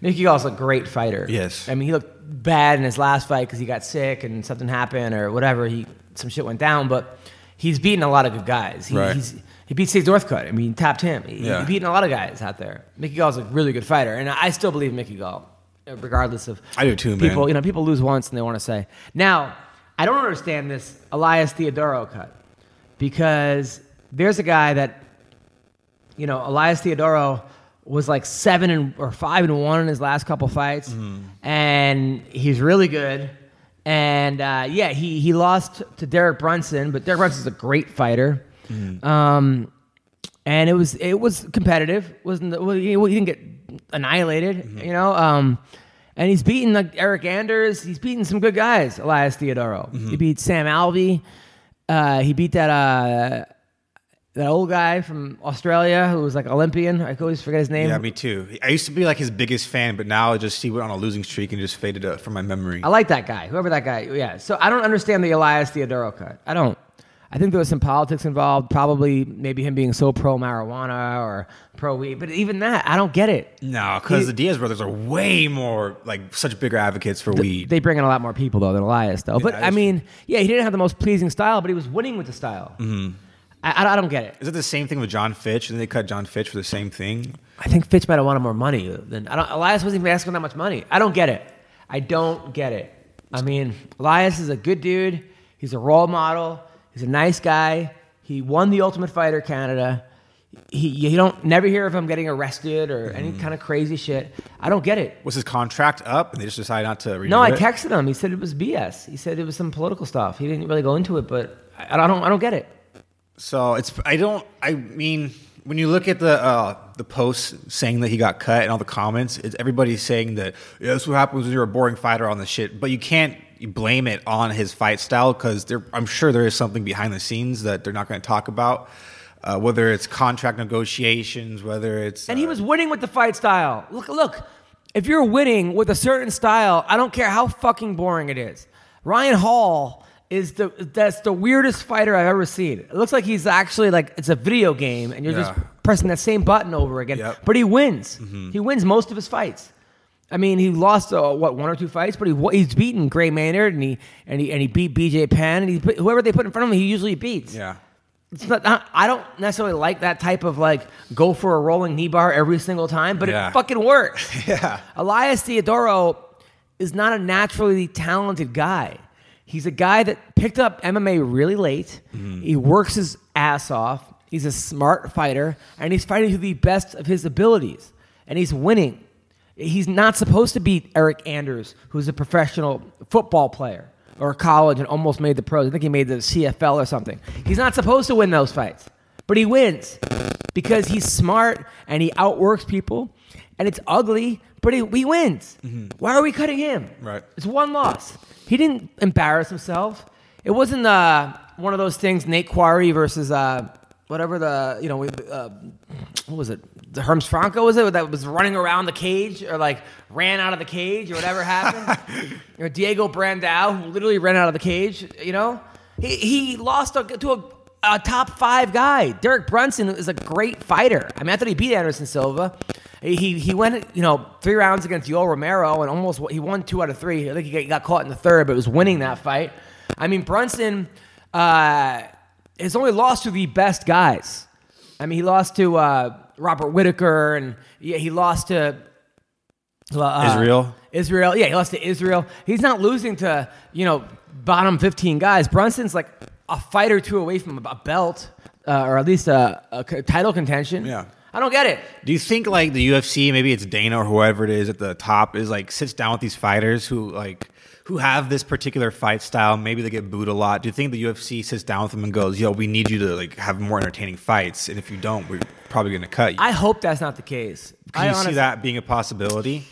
[SPEAKER 1] Mickey Gall's a great fighter.
[SPEAKER 4] Yes.
[SPEAKER 1] I mean, he looked bad in his last fight because he got sick and something happened or whatever. He some shit went down, but he's beaten a lot of good guys. He,
[SPEAKER 4] Right.
[SPEAKER 1] he's, he beat Steve Northcutt. I mean, topped him. He, he
[SPEAKER 4] Yeah.
[SPEAKER 1] beat beaten a lot of guys out there. Mickey Gall's a really good fighter, and I still believe in Mickey Gall, regardless of
[SPEAKER 4] I do too, man.
[SPEAKER 1] people. You know, people lose once and they want to say. Now, I don't understand this Elias Theodoro cut because there's a guy that, you know, Elias Theodoro was like seven and or five and one in his last couple fights, and he's really good. And uh, yeah, he he lost to Derek Brunson, but Derek Brunson's a great fighter. Um, and it was it was competitive. wasn't the, well, he, well, he didn't get annihilated, you know. Um, and he's beaten like Eric Anders. He's beaten some good guys. Elias Theodoro. He beat Sam Alvey. Uh, he beat that uh, that old guy from Australia who was like Olympian. I always forget his name.
[SPEAKER 4] Yeah, me too. I used to be like his biggest fan, but now I just see we're on a losing streak and just faded up from my memory.
[SPEAKER 1] I like that guy, whoever that guy. Yeah. So I don't understand the Elias Theodoro cut. I don't. I think there was some politics involved, probably maybe him being so pro marijuana or pro weed. But even that, I don't get it.
[SPEAKER 4] No, because the Diaz brothers are way more like such bigger advocates for weed.
[SPEAKER 1] They bring in a lot more people though than Elias though. But
[SPEAKER 4] that
[SPEAKER 1] I
[SPEAKER 4] is
[SPEAKER 1] mean, yeah, he didn't have the most pleasing style, but he was winning with the style.
[SPEAKER 4] Mm-hmm.
[SPEAKER 1] I, I, I don't get it.
[SPEAKER 4] Is it the same thing with John Fitch? And they cut John Fitch for the same thing.
[SPEAKER 1] I think Fitch might have wanted more money than I don't. Elias wasn't even asking that much money. I don't get it. I don't get it. I mean, Elias is a good dude. He's a role model. He's a nice guy. He won the Ultimate Fighter Canada. He, you don't never hear of him getting arrested or any
[SPEAKER 4] Mm-hmm.
[SPEAKER 1] kind of crazy shit. I don't get it.
[SPEAKER 4] Was his contract up, and they just decided not to renew
[SPEAKER 1] No, I
[SPEAKER 4] it?
[SPEAKER 1] texted him. He said it was BS. He said it was some political stuff. He didn't really go into it, but I, I don't. I don't get it.
[SPEAKER 4] So it's I don't I mean when you look at the uh, the posts saying that he got cut and all the comments, it's everybody's saying that yeah, that's what happens when you're a boring fighter on the shit. But you can't blame it on his fight style because there I'm sure there is something behind the scenes that they're not going to talk about, uh, whether it's contract negotiations, whether it's
[SPEAKER 1] And he
[SPEAKER 4] uh,
[SPEAKER 1] was winning with the fight style. Look, look. If you're winning with a certain style, I don't care how fucking boring it is. Ryan Hall is the that's the weirdest fighter I've ever seen. It looks like he's actually like it's a video game, and you're
[SPEAKER 4] Yeah.
[SPEAKER 1] just pressing that same button over again.
[SPEAKER 4] Yep. Mm-hmm.
[SPEAKER 1] But he wins. He wins most of his fights. I mean, he lost uh, what one or two fights, but he wa- he's beaten Gray Maynard and he and he and he beat BJ Penn and he put, whoever they put in front of him, he usually beats
[SPEAKER 4] yeah.
[SPEAKER 1] it's not, not- I don't necessarily like that type of like go for a rolling knee bar every single time, but
[SPEAKER 4] Yeah.
[SPEAKER 1] it fucking works. yeah. Elias Theodoro is not a naturally talented guy. He's a guy that picked up MMA really late. He works his ass off. He's a smart fighter, and he's fighting to the best of his abilities, and he's winning. He's not supposed to beat Eric Anders, who's a professional football player or college and almost made the pros. I think he made the CFL or something. He's not supposed to win those fights, but he wins because he's smart and he outworks people. And it's ugly, but he, he wins. Why are we cutting him?
[SPEAKER 4] Right.
[SPEAKER 1] It's one loss. He didn't embarrass himself. It wasn't uh, one of those things. Nate Quarry versus uh, whatever the you know we, uh, what was it? The Herms Franco was it that was running around the cage or like ran out of the cage or whatever happened? or Diego Brandao who literally ran out of the cage. You know, he he lost a, to a. A top five guy. Derek Brunson is a great fighter. I mean, I thought he beat Anderson Silva. He he went, you know, three rounds against Yoel Romero and almost he won two out of three. I think he got- he got caught in the third, but was winning that fight. I mean, Brunson uh, has only lost to the best guys. I mean, he lost to uh, Robert Whitaker, and yeah, he lost to uh,
[SPEAKER 4] Israel?
[SPEAKER 1] Israel, yeah, he lost to Israel. He's not losing to you know bottom fifteen guys. Brunson's like a fight or two away from a belt, uh, or at least a, a c- title contention.
[SPEAKER 4] Yeah.
[SPEAKER 1] I don't get it.
[SPEAKER 4] Do you think like the UFC, maybe it's Dana or whoever it is at the top, is like sits down with these fighters who like who have this particular fight style? Maybe they get booed a lot. Do you think the UFC sits down with them and goes, "Yo, we need you to like have more entertaining fights, and if you don't, we're probably going to cut you."
[SPEAKER 1] I hope that's not the case.
[SPEAKER 4] Can
[SPEAKER 1] I
[SPEAKER 4] you
[SPEAKER 1] honest-
[SPEAKER 4] see that being a possibility?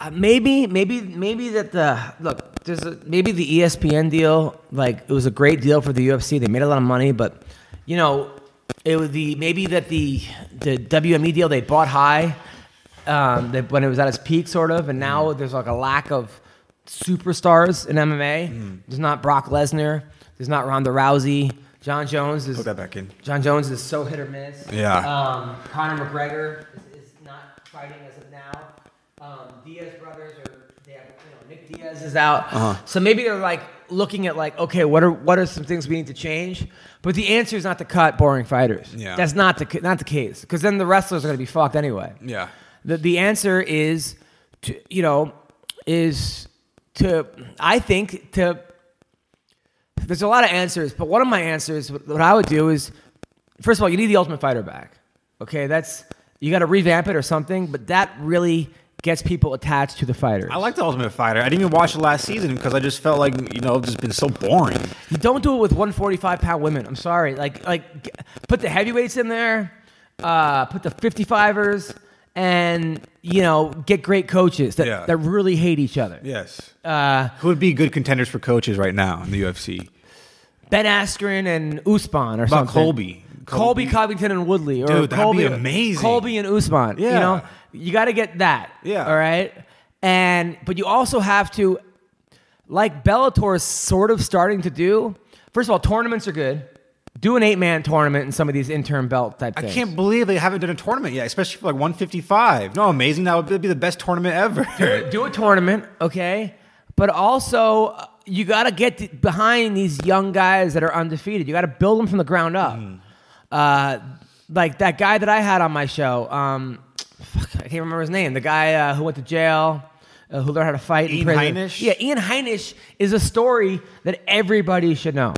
[SPEAKER 1] Uh, maybe, maybe, maybe that the look. There's a, maybe the E ESPN deal. Like it was a great deal for the UFC. They made a lot of money, but you know, it was the maybe that the the WME deal they bought high um, that when it was at its peak, sort of, and now
[SPEAKER 4] Mm.
[SPEAKER 1] there's like a lack of superstars in MMA.
[SPEAKER 4] Mm.
[SPEAKER 1] There's not Brock Lesnar. There's not Ronda Rousey. John Jones is
[SPEAKER 4] Put that back in.
[SPEAKER 1] John Jones is so hit or miss.
[SPEAKER 4] Yeah.
[SPEAKER 1] Um, Conor McGregor is, is not fighting as of now. Um, Diaz brothers are they have you know Nick Diaz is out.
[SPEAKER 4] Uh-huh.
[SPEAKER 1] So maybe they're like looking at like okay what are what are some things we need to change? But the answer is not to cut boring fighters.
[SPEAKER 4] Yeah.
[SPEAKER 1] That's not the ca- not the case because then the wrestlers are going to be fucked anyway.
[SPEAKER 4] Yeah.
[SPEAKER 1] The the answer is to you know is to I think to there's a lot of answers, but one of my answers what what I would do is first of all, you need the Ultimate Fighter back. Okay, that's you got to revamp it or something, but that really gets people attached to the fighters.
[SPEAKER 4] I like the Ultimate Fighter. I didn't even watch the last season because I just felt like you know it's just been so boring.
[SPEAKER 1] You don't do it with 145 pound women. I'm sorry. Like like g- put the heavyweights in there, uh, put the 55ers, and you know get great coaches that,
[SPEAKER 4] Yeah.
[SPEAKER 1] that really hate each other.
[SPEAKER 4] Yes.
[SPEAKER 1] Uh,
[SPEAKER 4] Who would be good contenders for coaches right now in the UFC?
[SPEAKER 1] Ben Askren and Usman or something.
[SPEAKER 4] Colby?
[SPEAKER 1] Colby
[SPEAKER 4] Colby.
[SPEAKER 1] Covington and Woodley, or
[SPEAKER 4] Dude, that'd be
[SPEAKER 1] Colby
[SPEAKER 4] amazing.
[SPEAKER 1] Colby and Usman. You
[SPEAKER 4] Yeah.
[SPEAKER 1] know, you got to get that.
[SPEAKER 4] Yeah.
[SPEAKER 1] All right. And but you also have to, like Bellator is sort of starting to do. First of all, tournaments are good. Do an eight man tournament in some of these interim belt type
[SPEAKER 4] I
[SPEAKER 1] things.
[SPEAKER 4] can't believe they haven't done a tournament yet, especially for like 155. No, amazing. That would that'd be the best tournament ever.
[SPEAKER 1] do a tournament, okay? But also, uh, you got to get th- behind these young guys that are undefeated. You got to build them from the ground up.
[SPEAKER 4] Mm-hmm.
[SPEAKER 1] Uh, like that guy that I had on my show. Um, fuck, I can't remember his name. The guy uh, who went to jail, uh, who learned how to fight. in
[SPEAKER 4] Ian
[SPEAKER 1] prison.
[SPEAKER 4] Heinisch?
[SPEAKER 1] Yeah, Ian Heinisch is a story that everybody should know.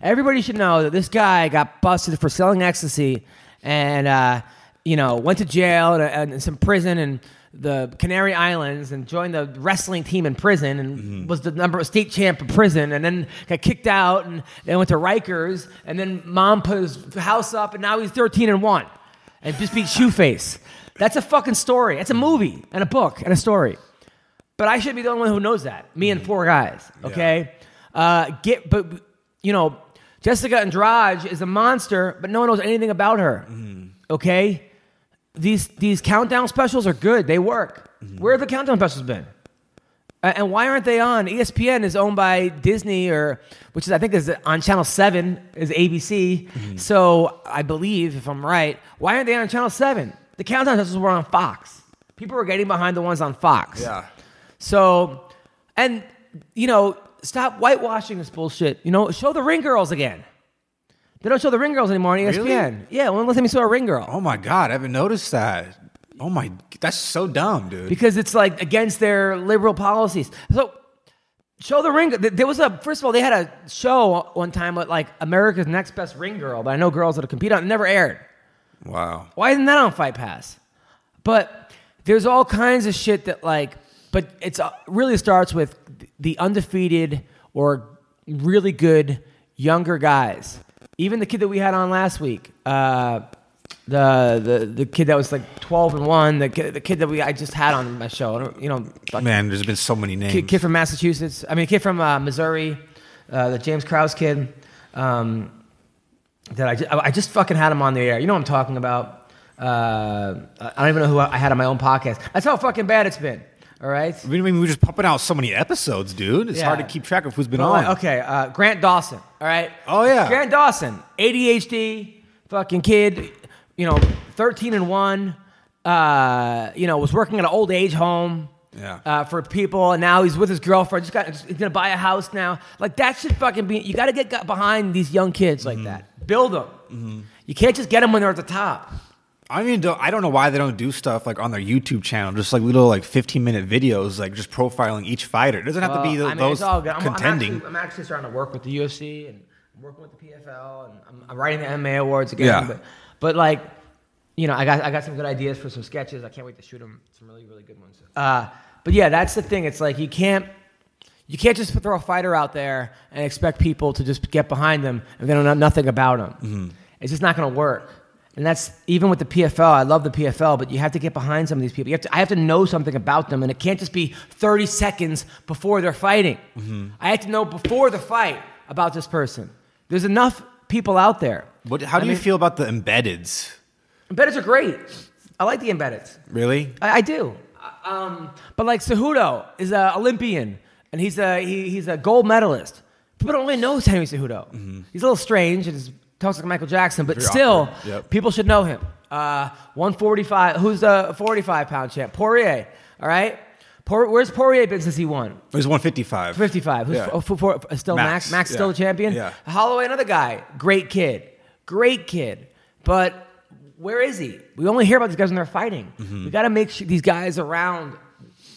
[SPEAKER 1] Everybody should know that this guy got busted for selling ecstasy, and uh, you know went to jail and, and some prison and the Canary Islands and joined the wrestling team in prison and was the number state champ in prison and then got kicked out and then went to Rikers and then mom put his house up and now he's thirteen and one and just beat Shoeface. That's a fucking story. That's a movie and a book and a story. But I should be the only one who knows that. Me and four guys. Okay. Uh, get but you know, Jessica Andrade is a monster, but no one knows anything about her. Okay. These these countdown specials are good. They work. Where have the countdown specials been? A- And why aren't they on? E ESPN is owned by Disney, or which is I think is on Channel Seven is ABC. So I believe, if I'm right, why aren't they on Channel Seven? The countdown specials were on Fox. People were getting behind the ones on Fox. So, and you know, stop whitewashing this bullshit. You know, show the ring girls again. They don't show the ring girls anymore on E ESPN. Yeah, when was the last time you saw a ring girl?
[SPEAKER 4] Oh my God, I haven't noticed that. Oh my, that's so dumb, dude.
[SPEAKER 1] because it's like against their liberal policies. So show the ring. th- There was a first of all, they had a show one time with like America's Next Best Ring Girl, but I know girls that compete on it never aired.
[SPEAKER 4] wow.
[SPEAKER 1] Why isn't that on Fight Pass? But there's all kinds of shit that like, but it's uh, really starts with the undefeated or really good younger guys. Even the kid that we had on last week, uh, the, the the kid that was like 12 and one, the kid, the kid that we I just had on my show, I don't- you know, fuck-
[SPEAKER 4] Man, there's been so many names.
[SPEAKER 1] kid, kid from Massachusetts. I mean, kid from uh, Missouri, uh, the James Krause kid. Um, that I just, I just fucking had him on the air. You know what I'm talking about? Uh, I don't even know who I I had on my own podcast. That's how fucking bad it's been. All right.
[SPEAKER 4] I mean, we're just pumping out so many episodes, dude. It's
[SPEAKER 1] Yeah.
[SPEAKER 4] hard to keep track of who's been
[SPEAKER 1] Well,
[SPEAKER 4] on.
[SPEAKER 1] Okay, uh, Grant Dawson. All right.
[SPEAKER 4] Oh, yeah.
[SPEAKER 1] Grant Dawson, ADHD, fucking kid. You know, thirteen and one. Uh, you know, was working at an old age home.
[SPEAKER 4] Yeah.
[SPEAKER 1] Uh, for people, and now he's with his girlfriend. Just got. He's gonna buy a house now. Like that should fucking be. You got to get got behind these young kids
[SPEAKER 4] Mm-hmm.
[SPEAKER 1] like that. Build them. You can't just get them when they're at the top.
[SPEAKER 4] I mean, don't- I don't know why they don't do stuff like on their YouTube channel, just like little like 15 minute videos, like just profiling each fighter. It doesn't have to be
[SPEAKER 1] Well,
[SPEAKER 4] the,
[SPEAKER 1] Uh, I mean,
[SPEAKER 4] those
[SPEAKER 1] it's all good. I'm,
[SPEAKER 4] contending.
[SPEAKER 1] I'm actually, I'm actually starting to work with the UFC and I'm working with the PFL and I'm, I'm writing the MMA awards again.
[SPEAKER 4] Yeah.
[SPEAKER 1] But, but like, you know, I got I got some good ideas for some sketches. I can't wait to shoot them. Some really really good ones. Uh, but yeah, that's the thing. It's like you can't. You can't just throw a fighter out there and expect people to just get behind them if they don't know nothing about them. It's just not going to work. And that's even with the PFL. I love the PFL, but you have to get behind some of these people. You have to, I have to know something about them, and it can't just be 30 seconds before they're fighting. I have to know before the fight about this person. There's enough people out there.
[SPEAKER 4] What, how do you feel about the embeddeds?
[SPEAKER 1] Embeddeds are great. I like the embeddeds.
[SPEAKER 4] Really?
[SPEAKER 1] I, I do. Uh, Um, but like Cejudo is an Olympian, and he's a he, he's a gold medalist. People don't really know Henry Cejudo. He's a little strange and he's talks like Michael Jackson, but still,
[SPEAKER 4] awkward. Yep.
[SPEAKER 1] people should know him. Uh, 145. Who's the 45 pound champ? Poirier. All right. Por, where's Poirier been since he won?
[SPEAKER 4] It was 155.
[SPEAKER 1] 55. Who's
[SPEAKER 4] Yeah.
[SPEAKER 1] oh, for- for- uh, still Max? Max,
[SPEAKER 4] Max, yeah.
[SPEAKER 1] still the champion?
[SPEAKER 4] Yeah.
[SPEAKER 1] Holloway, another guy. Great kid. Great kid. But where is he? We only hear about these guys when they're fighting.
[SPEAKER 4] Mm-hmm.
[SPEAKER 1] We got to make sure these guys around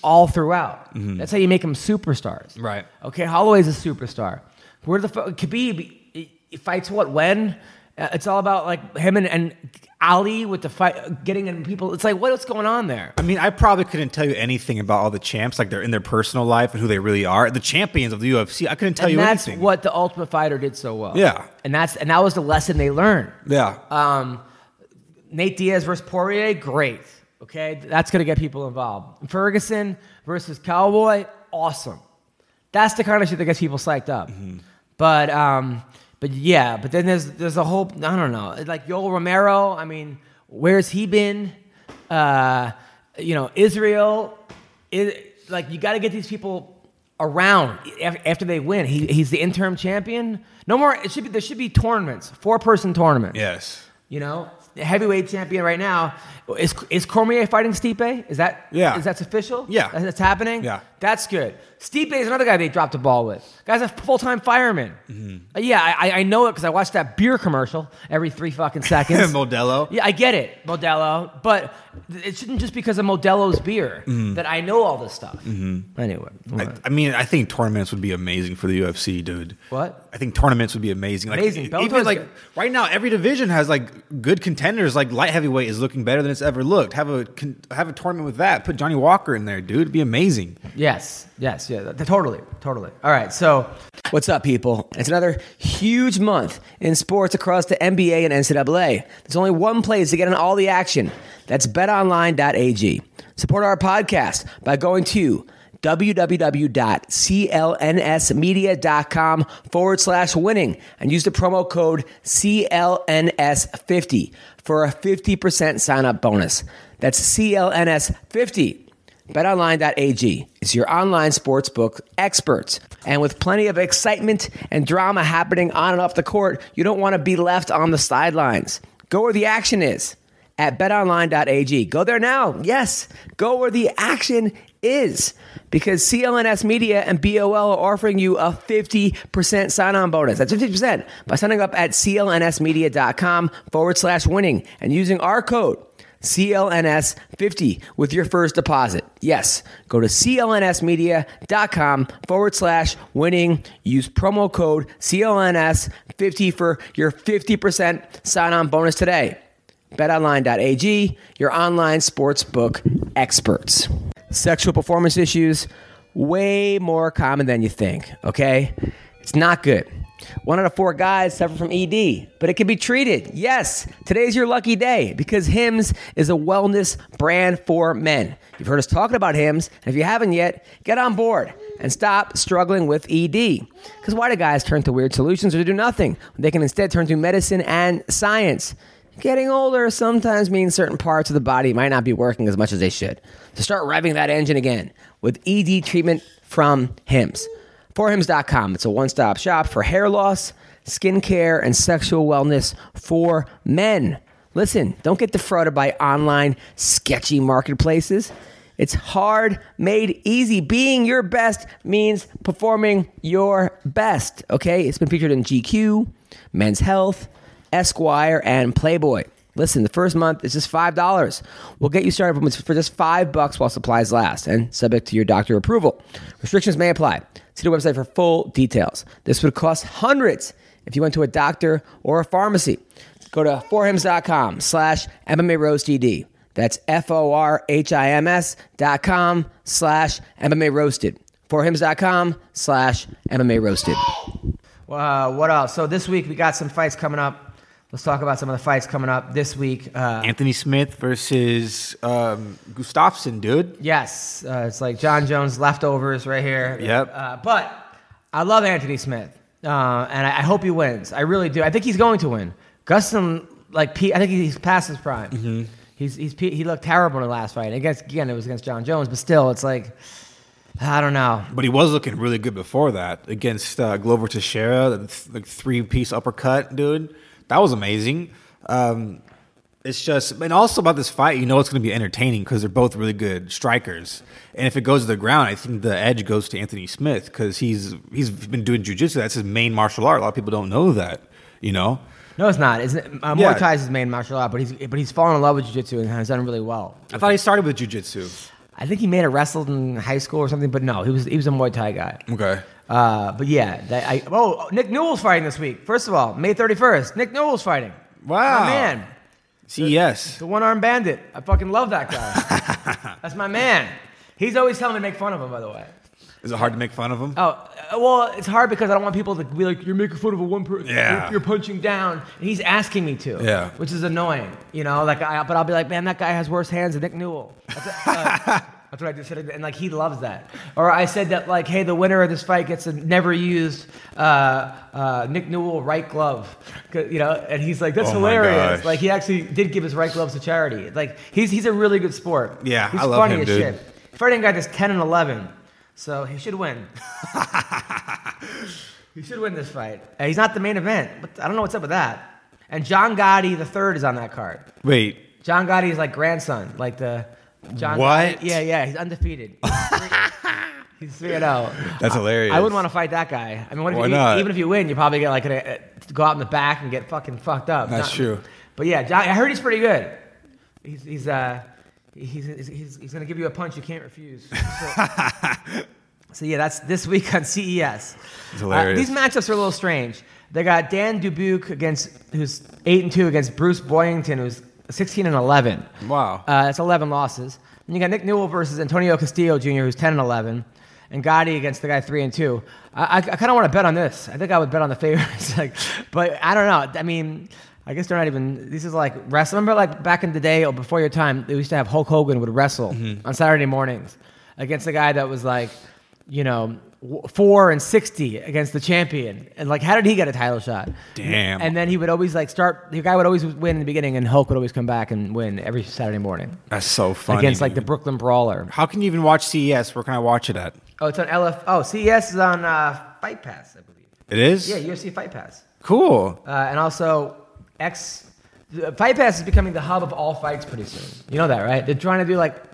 [SPEAKER 1] all throughout. That's how you make them superstars.
[SPEAKER 4] Mm-hmm. Right.
[SPEAKER 1] Okay, Holloway's a superstar. Where the fuck? Khabib he- he fights what when? Uh, It's all about like him and, and Ali with the fight, uh, getting in people. It's like, what- what's going on there?
[SPEAKER 4] I mean, I probably couldn't tell you anything about all the champs, like they're in their personal life and who they really are. The champions of the UFC, I couldn't tell
[SPEAKER 1] and
[SPEAKER 4] you
[SPEAKER 1] that's
[SPEAKER 4] anything.
[SPEAKER 1] what the Ultimate Fighter did so well.
[SPEAKER 4] Yeah.
[SPEAKER 1] and that's and that was the lesson they learned.
[SPEAKER 4] Yeah.
[SPEAKER 1] Um, Nate Diaz versus Poirier, great. Okay, that's going to get people involved. Ferguson versus Cowboy, awesome. That's the kind of shit that gets people psyched up. But um, but yeah, but then there's there's a whole I don't know like Yoel Romero. I mean, where's he been? Uh, you know, Israel. It, like you got to get these people around af- after they win. He, he's the interim champion. No more. It should be there should be tournaments, four person tournaments.
[SPEAKER 4] Yes.
[SPEAKER 1] You know, the heavyweight champion right now is is Cormier fighting Stipe? Is that
[SPEAKER 4] Yeah.
[SPEAKER 1] Is that's official?
[SPEAKER 4] Yeah.
[SPEAKER 1] That- that's happening.
[SPEAKER 4] Yeah.
[SPEAKER 1] that's good. Stipe is another guy they dropped the ball with. Guy's a full time fireman.
[SPEAKER 4] Mm-hmm.
[SPEAKER 1] Uh, Yeah, I, I- I know it because I watched that beer commercial every three fucking seconds.
[SPEAKER 4] Modelo.
[SPEAKER 1] Yeah, I get it, Modelo, but th- it shouldn't just because of Modelo's beer that I know all this stuff. Anyway,
[SPEAKER 4] Mm-hmm. I, I mean, I think tournaments would be amazing for the UFC, dude.
[SPEAKER 1] What?
[SPEAKER 4] I think tournaments would be amazing. Like,
[SPEAKER 1] Amazing.
[SPEAKER 4] e-
[SPEAKER 1] Bellator's
[SPEAKER 4] Even like
[SPEAKER 1] good.
[SPEAKER 4] right now, every division has like good contenders. Like light heavyweight is looking better than it's ever looked. Have a con- have a tournament with that. Put Johnny Walker in there, dude. It'd be amazing.
[SPEAKER 1] Yes, yes, yeah, th- totally, totally. All right, so what's up, people? It's another huge month in sports across the NBA and NCAA. There's only one place to get in all the action. That's betonline.ag. Support our podcast by going to www.clnsmedia.com forward slash winning and use the promo code CLNS50 for a 50% sign up bonus. That's CLNS50. BetOnline.ag is your online sportsbook experts. And with plenty of excitement and drama happening on and off the court, you don't want to be left on the sidelines. Go where the action is at betonline.ag. Go there now. Yes, go where the action is because CLNS Media and BOL are offering you a 50% sign on bonus. That's 50% by signing up at clnsmedia.com forward slash winning and using our code. CLNS50 with your first deposit. Yes, go to clnsmedia.com forward slash winning. Use promo code CLNS50 for your 50% sign on bonus today. BetOnline.ag, your online sportsbook experts. Sexual performance issues, way more common than you think, okay? It's not good. One out of four guys suffer from ED, but it can be treated. Yes, today's your lucky day because Hims is a wellness brand for men. You've heard us talking about Hims, and if you haven't yet, get on board and stop struggling with ED. Because why do guys turn to weird solutions or do nothing? They can instead turn to medicine and science. Getting older sometimes means certain parts of the body might not be working as much as they should. So start revving that engine again with ED treatment from Hims. Forhims.com. It's a one stop shop for hair loss, skin care, and sexual wellness for men. Listen, don't get defrauded by online sketchy marketplaces. It's hard made easy. Being your best means performing your best, okay? It's been featured in GQ, Men's Health, Esquire, and Playboy. Listen, the first month is just five dollars. We'll get you started from- for just five bucks while supplies last, and subject to your doctor approval. Restrictions may apply. See the website for full details. This would cost hundreds if you went to a doctor or a pharmacy. Go to forhims.com slash MMA Rose DD. That's F O R H I M S dot com slash MMA Roasted. Forhims.com slash MMA Roasted. Uh, what else? So this week we got some fights coming up. Let's talk about some of the fights coming up this week. Uh,
[SPEAKER 4] Anthony Smith versus um, Gustafsson, dude.
[SPEAKER 1] yes, uh, it's like John Jones leftovers right here.
[SPEAKER 4] Yep.
[SPEAKER 1] Uh, but I love Anthony Smith, uh, and I, I hope he wins. I really do. I think he's going to win. Gustin, like Pete, I think he's past his prime.
[SPEAKER 4] Mm-hmm.
[SPEAKER 1] He's, he's pe- he looked terrible in the last fight. I guess again it was against John Jones, but still, it's like I don't know.
[SPEAKER 4] But he was looking really good before that against uh, Glover Teixeira, the th- like three piece uppercut, dude. That was amazing. Um, it's just, and also about this fight, you know, it's going to be entertaining because they're both really good strikers. And if it goes to the ground, I think the edge goes to Anthony Smith because he's he's been doing jujitsu. That's his main martial art. A lot of people don't know that, you know.
[SPEAKER 1] No, it's not. Isn't it? Uh, Muay
[SPEAKER 4] Yeah.
[SPEAKER 1] Thai is his main martial art, but he's but he's fallen in love with jiu-jitsu and has done really well.
[SPEAKER 4] I thought he started with jujitsu.
[SPEAKER 1] I think he may have wrestled in high school or something, but no, he was he was a Muay Thai guy.
[SPEAKER 4] Okay.
[SPEAKER 1] Uh, but yeah, that, I oh Nick Newell's fighting this week. First of all, May thirty first, Nick Newell's fighting.
[SPEAKER 4] Wow.
[SPEAKER 1] my man,
[SPEAKER 4] See, yes.
[SPEAKER 1] the one armed bandit. I fucking love that guy. That's my man. He's always telling me to make fun of him, by the way.
[SPEAKER 4] Is it hard to make fun of him?
[SPEAKER 1] Oh, uh, well, it's hard because I don't want people to be like, you're making fun of a one person.
[SPEAKER 4] Yeah.
[SPEAKER 1] You're, you're punching down. And he's asking me to.
[SPEAKER 4] Yeah.
[SPEAKER 1] Which is annoying, you know? Like, I, but I'll be like, man, that guy has worse hands than Nick Newell. That's, uh, that's what I just said. And like, he loves that. Or I said that, like, hey, the winner of this fight gets a never used uh, uh, Nick Newell right glove. 'Cause, You know? And he's like, that's
[SPEAKER 4] Oh my
[SPEAKER 1] hilarious.
[SPEAKER 4] gosh.
[SPEAKER 1] Like, he actually did give his right gloves to charity. Like, he's, he's a really good sport.
[SPEAKER 4] Yeah,
[SPEAKER 1] he's
[SPEAKER 4] I love him, dude.
[SPEAKER 1] Ferdinand got this 10 and 11, so he should win. he should win this fight. Uh, he's not the main event, but I don't know what's up with that. And John Gotti the third is on that card.
[SPEAKER 4] Wait,
[SPEAKER 1] John Gotti is like grandson, like the John.
[SPEAKER 4] What?
[SPEAKER 1] yeah, yeah, he's undefeated. he's three and oh. out.
[SPEAKER 4] that's hilarious.
[SPEAKER 1] I wouldn't want to fight that guy. I mean, what if
[SPEAKER 4] Why
[SPEAKER 1] you,
[SPEAKER 4] not?
[SPEAKER 1] even if you win, you're probably gonna like gonna, uh, go out in the back and get fucking fucked up.
[SPEAKER 4] That's true.
[SPEAKER 1] But yeah, John, I heard he's pretty good. He's he's uh he's he's, he's, he's gonna give you a punch you can't refuse. So, so yeah, that's this week on CES.
[SPEAKER 4] hilarious.
[SPEAKER 1] Uh, these matchups are a little strange. They got Dan Dubuque against who's eight and two against Bruce Boyington who's sixteen and eleven.
[SPEAKER 4] Wow.
[SPEAKER 1] Uh, that's 11 losses. And you got Nick Newell versus Antonio Castillo Jr., who's 10 and 11, and Gotti against the guy 3 and 2. I, I, I kind of want to bet on this. I think I would bet on the favorites. like, but I don't know. I mean, I guess they're not even. This is like wrestling. Remember, like back in the day or before your time, they used to have Hulk Hogan would wrestle on Saturday mornings against a guy that was like, you know. w- Four and sixty against the champion, and like, how did he get a title shot?
[SPEAKER 4] Damn.
[SPEAKER 1] And then he would always like start. The guy would always win in the beginning, and Hulk would always come back and win every Saturday morning
[SPEAKER 4] that's so funny.
[SPEAKER 1] against like the
[SPEAKER 4] dude.
[SPEAKER 1] Brooklyn Brawler.
[SPEAKER 4] How can you even watch CES? Where can I watch it at?
[SPEAKER 1] Oh, it's on LF. Oh, CES is on uh, Fight Pass, I believe.
[SPEAKER 4] It is.
[SPEAKER 1] Yeah, UFC Fight Pass,
[SPEAKER 4] Cool.
[SPEAKER 1] uh, and also X. the- Fight Pass is becoming the hub of all fights pretty soon. You know that, right? They're trying to do like.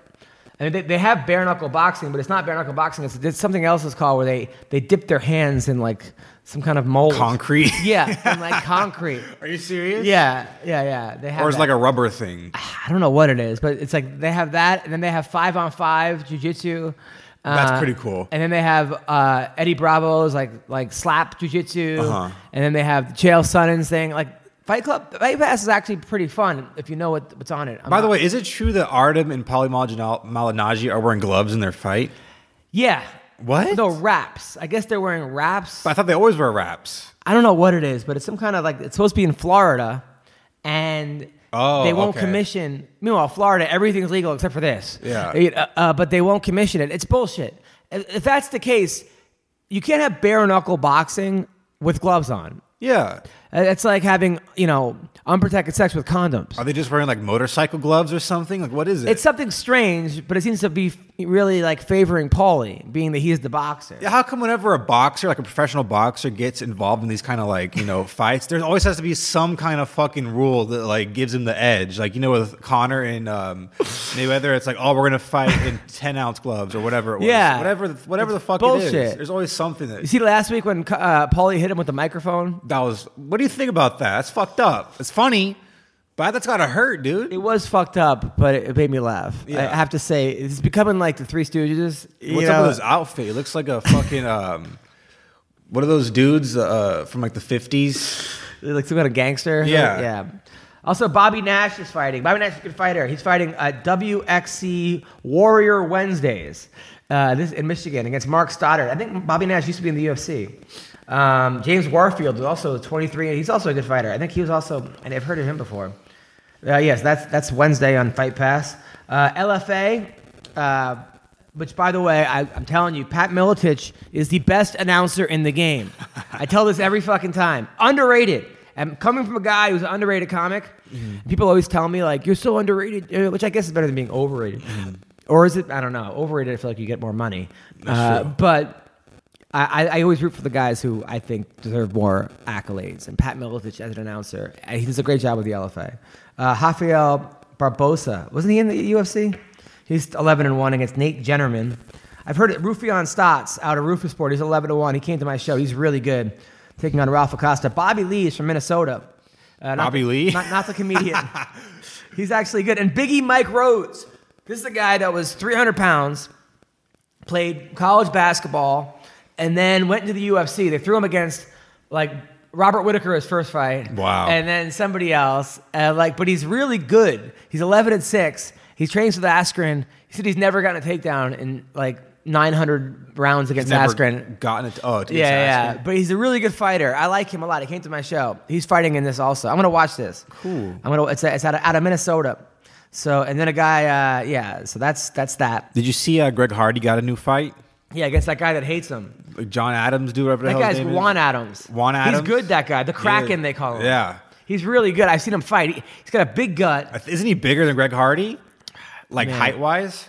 [SPEAKER 1] I mean, they, they have bare knuckle boxing, but it's not bare knuckle boxing. It's, it's something else it's called where they, they dip their hands in like some kind of mold.
[SPEAKER 4] Concrete.
[SPEAKER 1] Yeah, in like concrete.
[SPEAKER 4] Are you serious?
[SPEAKER 1] Yeah, yeah, yeah. They have
[SPEAKER 4] Or it's
[SPEAKER 1] that.
[SPEAKER 4] like a rubber thing.
[SPEAKER 1] I don't know what it is, but it's like they have that, and then they have five on five jujitsu. Uh,
[SPEAKER 4] That's pretty cool.
[SPEAKER 1] And then they have uh, Eddie Bravo's like like slap jujitsu,
[SPEAKER 4] Uh-huh.
[SPEAKER 1] and then they have the Chael Sonnen's thing. Like Fight Club, Fight Pass is actually pretty fun if you know what, what's on it. I'm
[SPEAKER 4] By the
[SPEAKER 1] not-
[SPEAKER 4] way, is it true that Artem and Polly Malginal- Malignaggi are wearing gloves in their fight?
[SPEAKER 1] yeah,
[SPEAKER 4] What?
[SPEAKER 1] No wraps. I guess they're wearing wraps.
[SPEAKER 4] I thought they always wear wraps.
[SPEAKER 1] I don't know what it is, but it's some kind of like it's supposed to be in Florida, and
[SPEAKER 4] Oh,
[SPEAKER 1] they won't
[SPEAKER 4] okay.
[SPEAKER 1] commission. Meanwhile, Florida, everything's legal except for this.
[SPEAKER 4] Yeah.
[SPEAKER 1] It- uh, uh, but they won't commission it. It's bullshit. If if that's the case, you can't have bare knuckle boxing with gloves on.
[SPEAKER 4] Yeah.
[SPEAKER 1] Uh, It's like having you know unprotected sex with condoms.
[SPEAKER 4] Are they just wearing like motorcycle gloves or something? Like, what is it?
[SPEAKER 1] It's something strange, but it seems to be f- really like favoring Paulie, being that he's the boxer.
[SPEAKER 4] Yeah, how come whenever a boxer, like a professional boxer, gets involved in these kind of like you know fights, there always has to be some kind of fucking rule that like gives him the edge. Like you know with Connor and um, Mayweather, it's like oh we're gonna fight in ten ounce gloves or whatever it was.
[SPEAKER 1] Yeah.
[SPEAKER 4] whatever the- whatever the
[SPEAKER 1] It's
[SPEAKER 4] fuck it is.
[SPEAKER 1] bullshit.
[SPEAKER 4] There's always something
[SPEAKER 1] You
[SPEAKER 4] that
[SPEAKER 1] see, last week when uh, Paulie hit him with the microphone,
[SPEAKER 4] that was. What do you think about that? That's fucked up. It's funny, but that's gotta hurt, dude.
[SPEAKER 1] It was fucked up, but it made me laugh. I
[SPEAKER 4] Yeah.
[SPEAKER 1] have to say, it's becoming like the Three Stooges. You
[SPEAKER 4] What's
[SPEAKER 1] know?
[SPEAKER 4] up with his outfit? It looks like a fucking um, what are those dudes uh, from like the fifties?
[SPEAKER 1] Like some kind of gangster.
[SPEAKER 4] Yeah.
[SPEAKER 1] yeah. Also, Bobby Nash is fighting. Bobby Nash is a good fighter. He's fighting uh, WXC Warrior Wednesdays. Uh, this in Michigan against Mark Stoddard. I think Bobby Nash used to be in the UFC. Um, James Warfield was also 23. and He's also a good fighter. I think he was also, and I've heard of him before. Uh, yes, that's that's Wednesday on Fight Pass. Uh, LFA, uh, which by the way, I, I'm telling you, Pat Militich is the best announcer in the game. I tell this every fucking time. Underrated. And coming from a guy who's an underrated comic, people always tell me like, "You're so underrated," uh, which I guess is better than being overrated. Or is it? I don't know. Overrated. I feel like you get more money. Uh, but I, I- I always root for the guys who I think deserve more accolades. And Pat Milovich as an announcer, uh, he does a great job with the LFA. Uh, Rafael Barbosa, wasn't he in the UFC? He's 11 and 1 against Nate Jennerman. I've heard it, Rufion Stotts out of Rufusport. He's 11 to 1. He came to my show. He's really good, taking on Ralph Acosta. Bobby Lee is from Minnesota. Uh, not
[SPEAKER 4] Bobby
[SPEAKER 1] the-
[SPEAKER 4] Lee?
[SPEAKER 1] Not, not the comedian. He's actually good. And Biggie Mike Rhodes. This is a guy that was 300 pounds played college basketball, and then went into the UFC. They threw him against like Robert Whitaker his first fight.
[SPEAKER 4] Wow.
[SPEAKER 1] And then somebody else. And like, but he's really good. He's eleven and six. He trains with Askren. He said he's never gotten a takedown in like 900 rounds against
[SPEAKER 4] Never
[SPEAKER 1] Askren.
[SPEAKER 4] Gotten it. Oh, it's
[SPEAKER 1] Yeah, yeah,
[SPEAKER 4] Askren.
[SPEAKER 1] but he's a really good fighter. I like him a lot. He came to my show. He's fighting in this also. I'm gonna watch this.
[SPEAKER 4] Cool.
[SPEAKER 1] I'm gonna. It's, it's out, of, out of Minnesota. So and then a guy. Uh, yeah. So that's that's that.
[SPEAKER 4] Did you see uh, Greg Hardy got a new fight?
[SPEAKER 1] Yeah, against that guy that hates him.
[SPEAKER 4] Like John Adams, do whatever the
[SPEAKER 1] That
[SPEAKER 4] hell his
[SPEAKER 1] guy's
[SPEAKER 4] name is.
[SPEAKER 1] Juan Adams.
[SPEAKER 4] Juan Adams?
[SPEAKER 1] He's good. That guy, the Kraken they call him.
[SPEAKER 4] Yeah.
[SPEAKER 1] He's really good. I've seen him fight. He, he's got a big gut.
[SPEAKER 4] I th- Isn't he bigger than Greg Hardy? Like
[SPEAKER 1] Man.
[SPEAKER 4] height wise,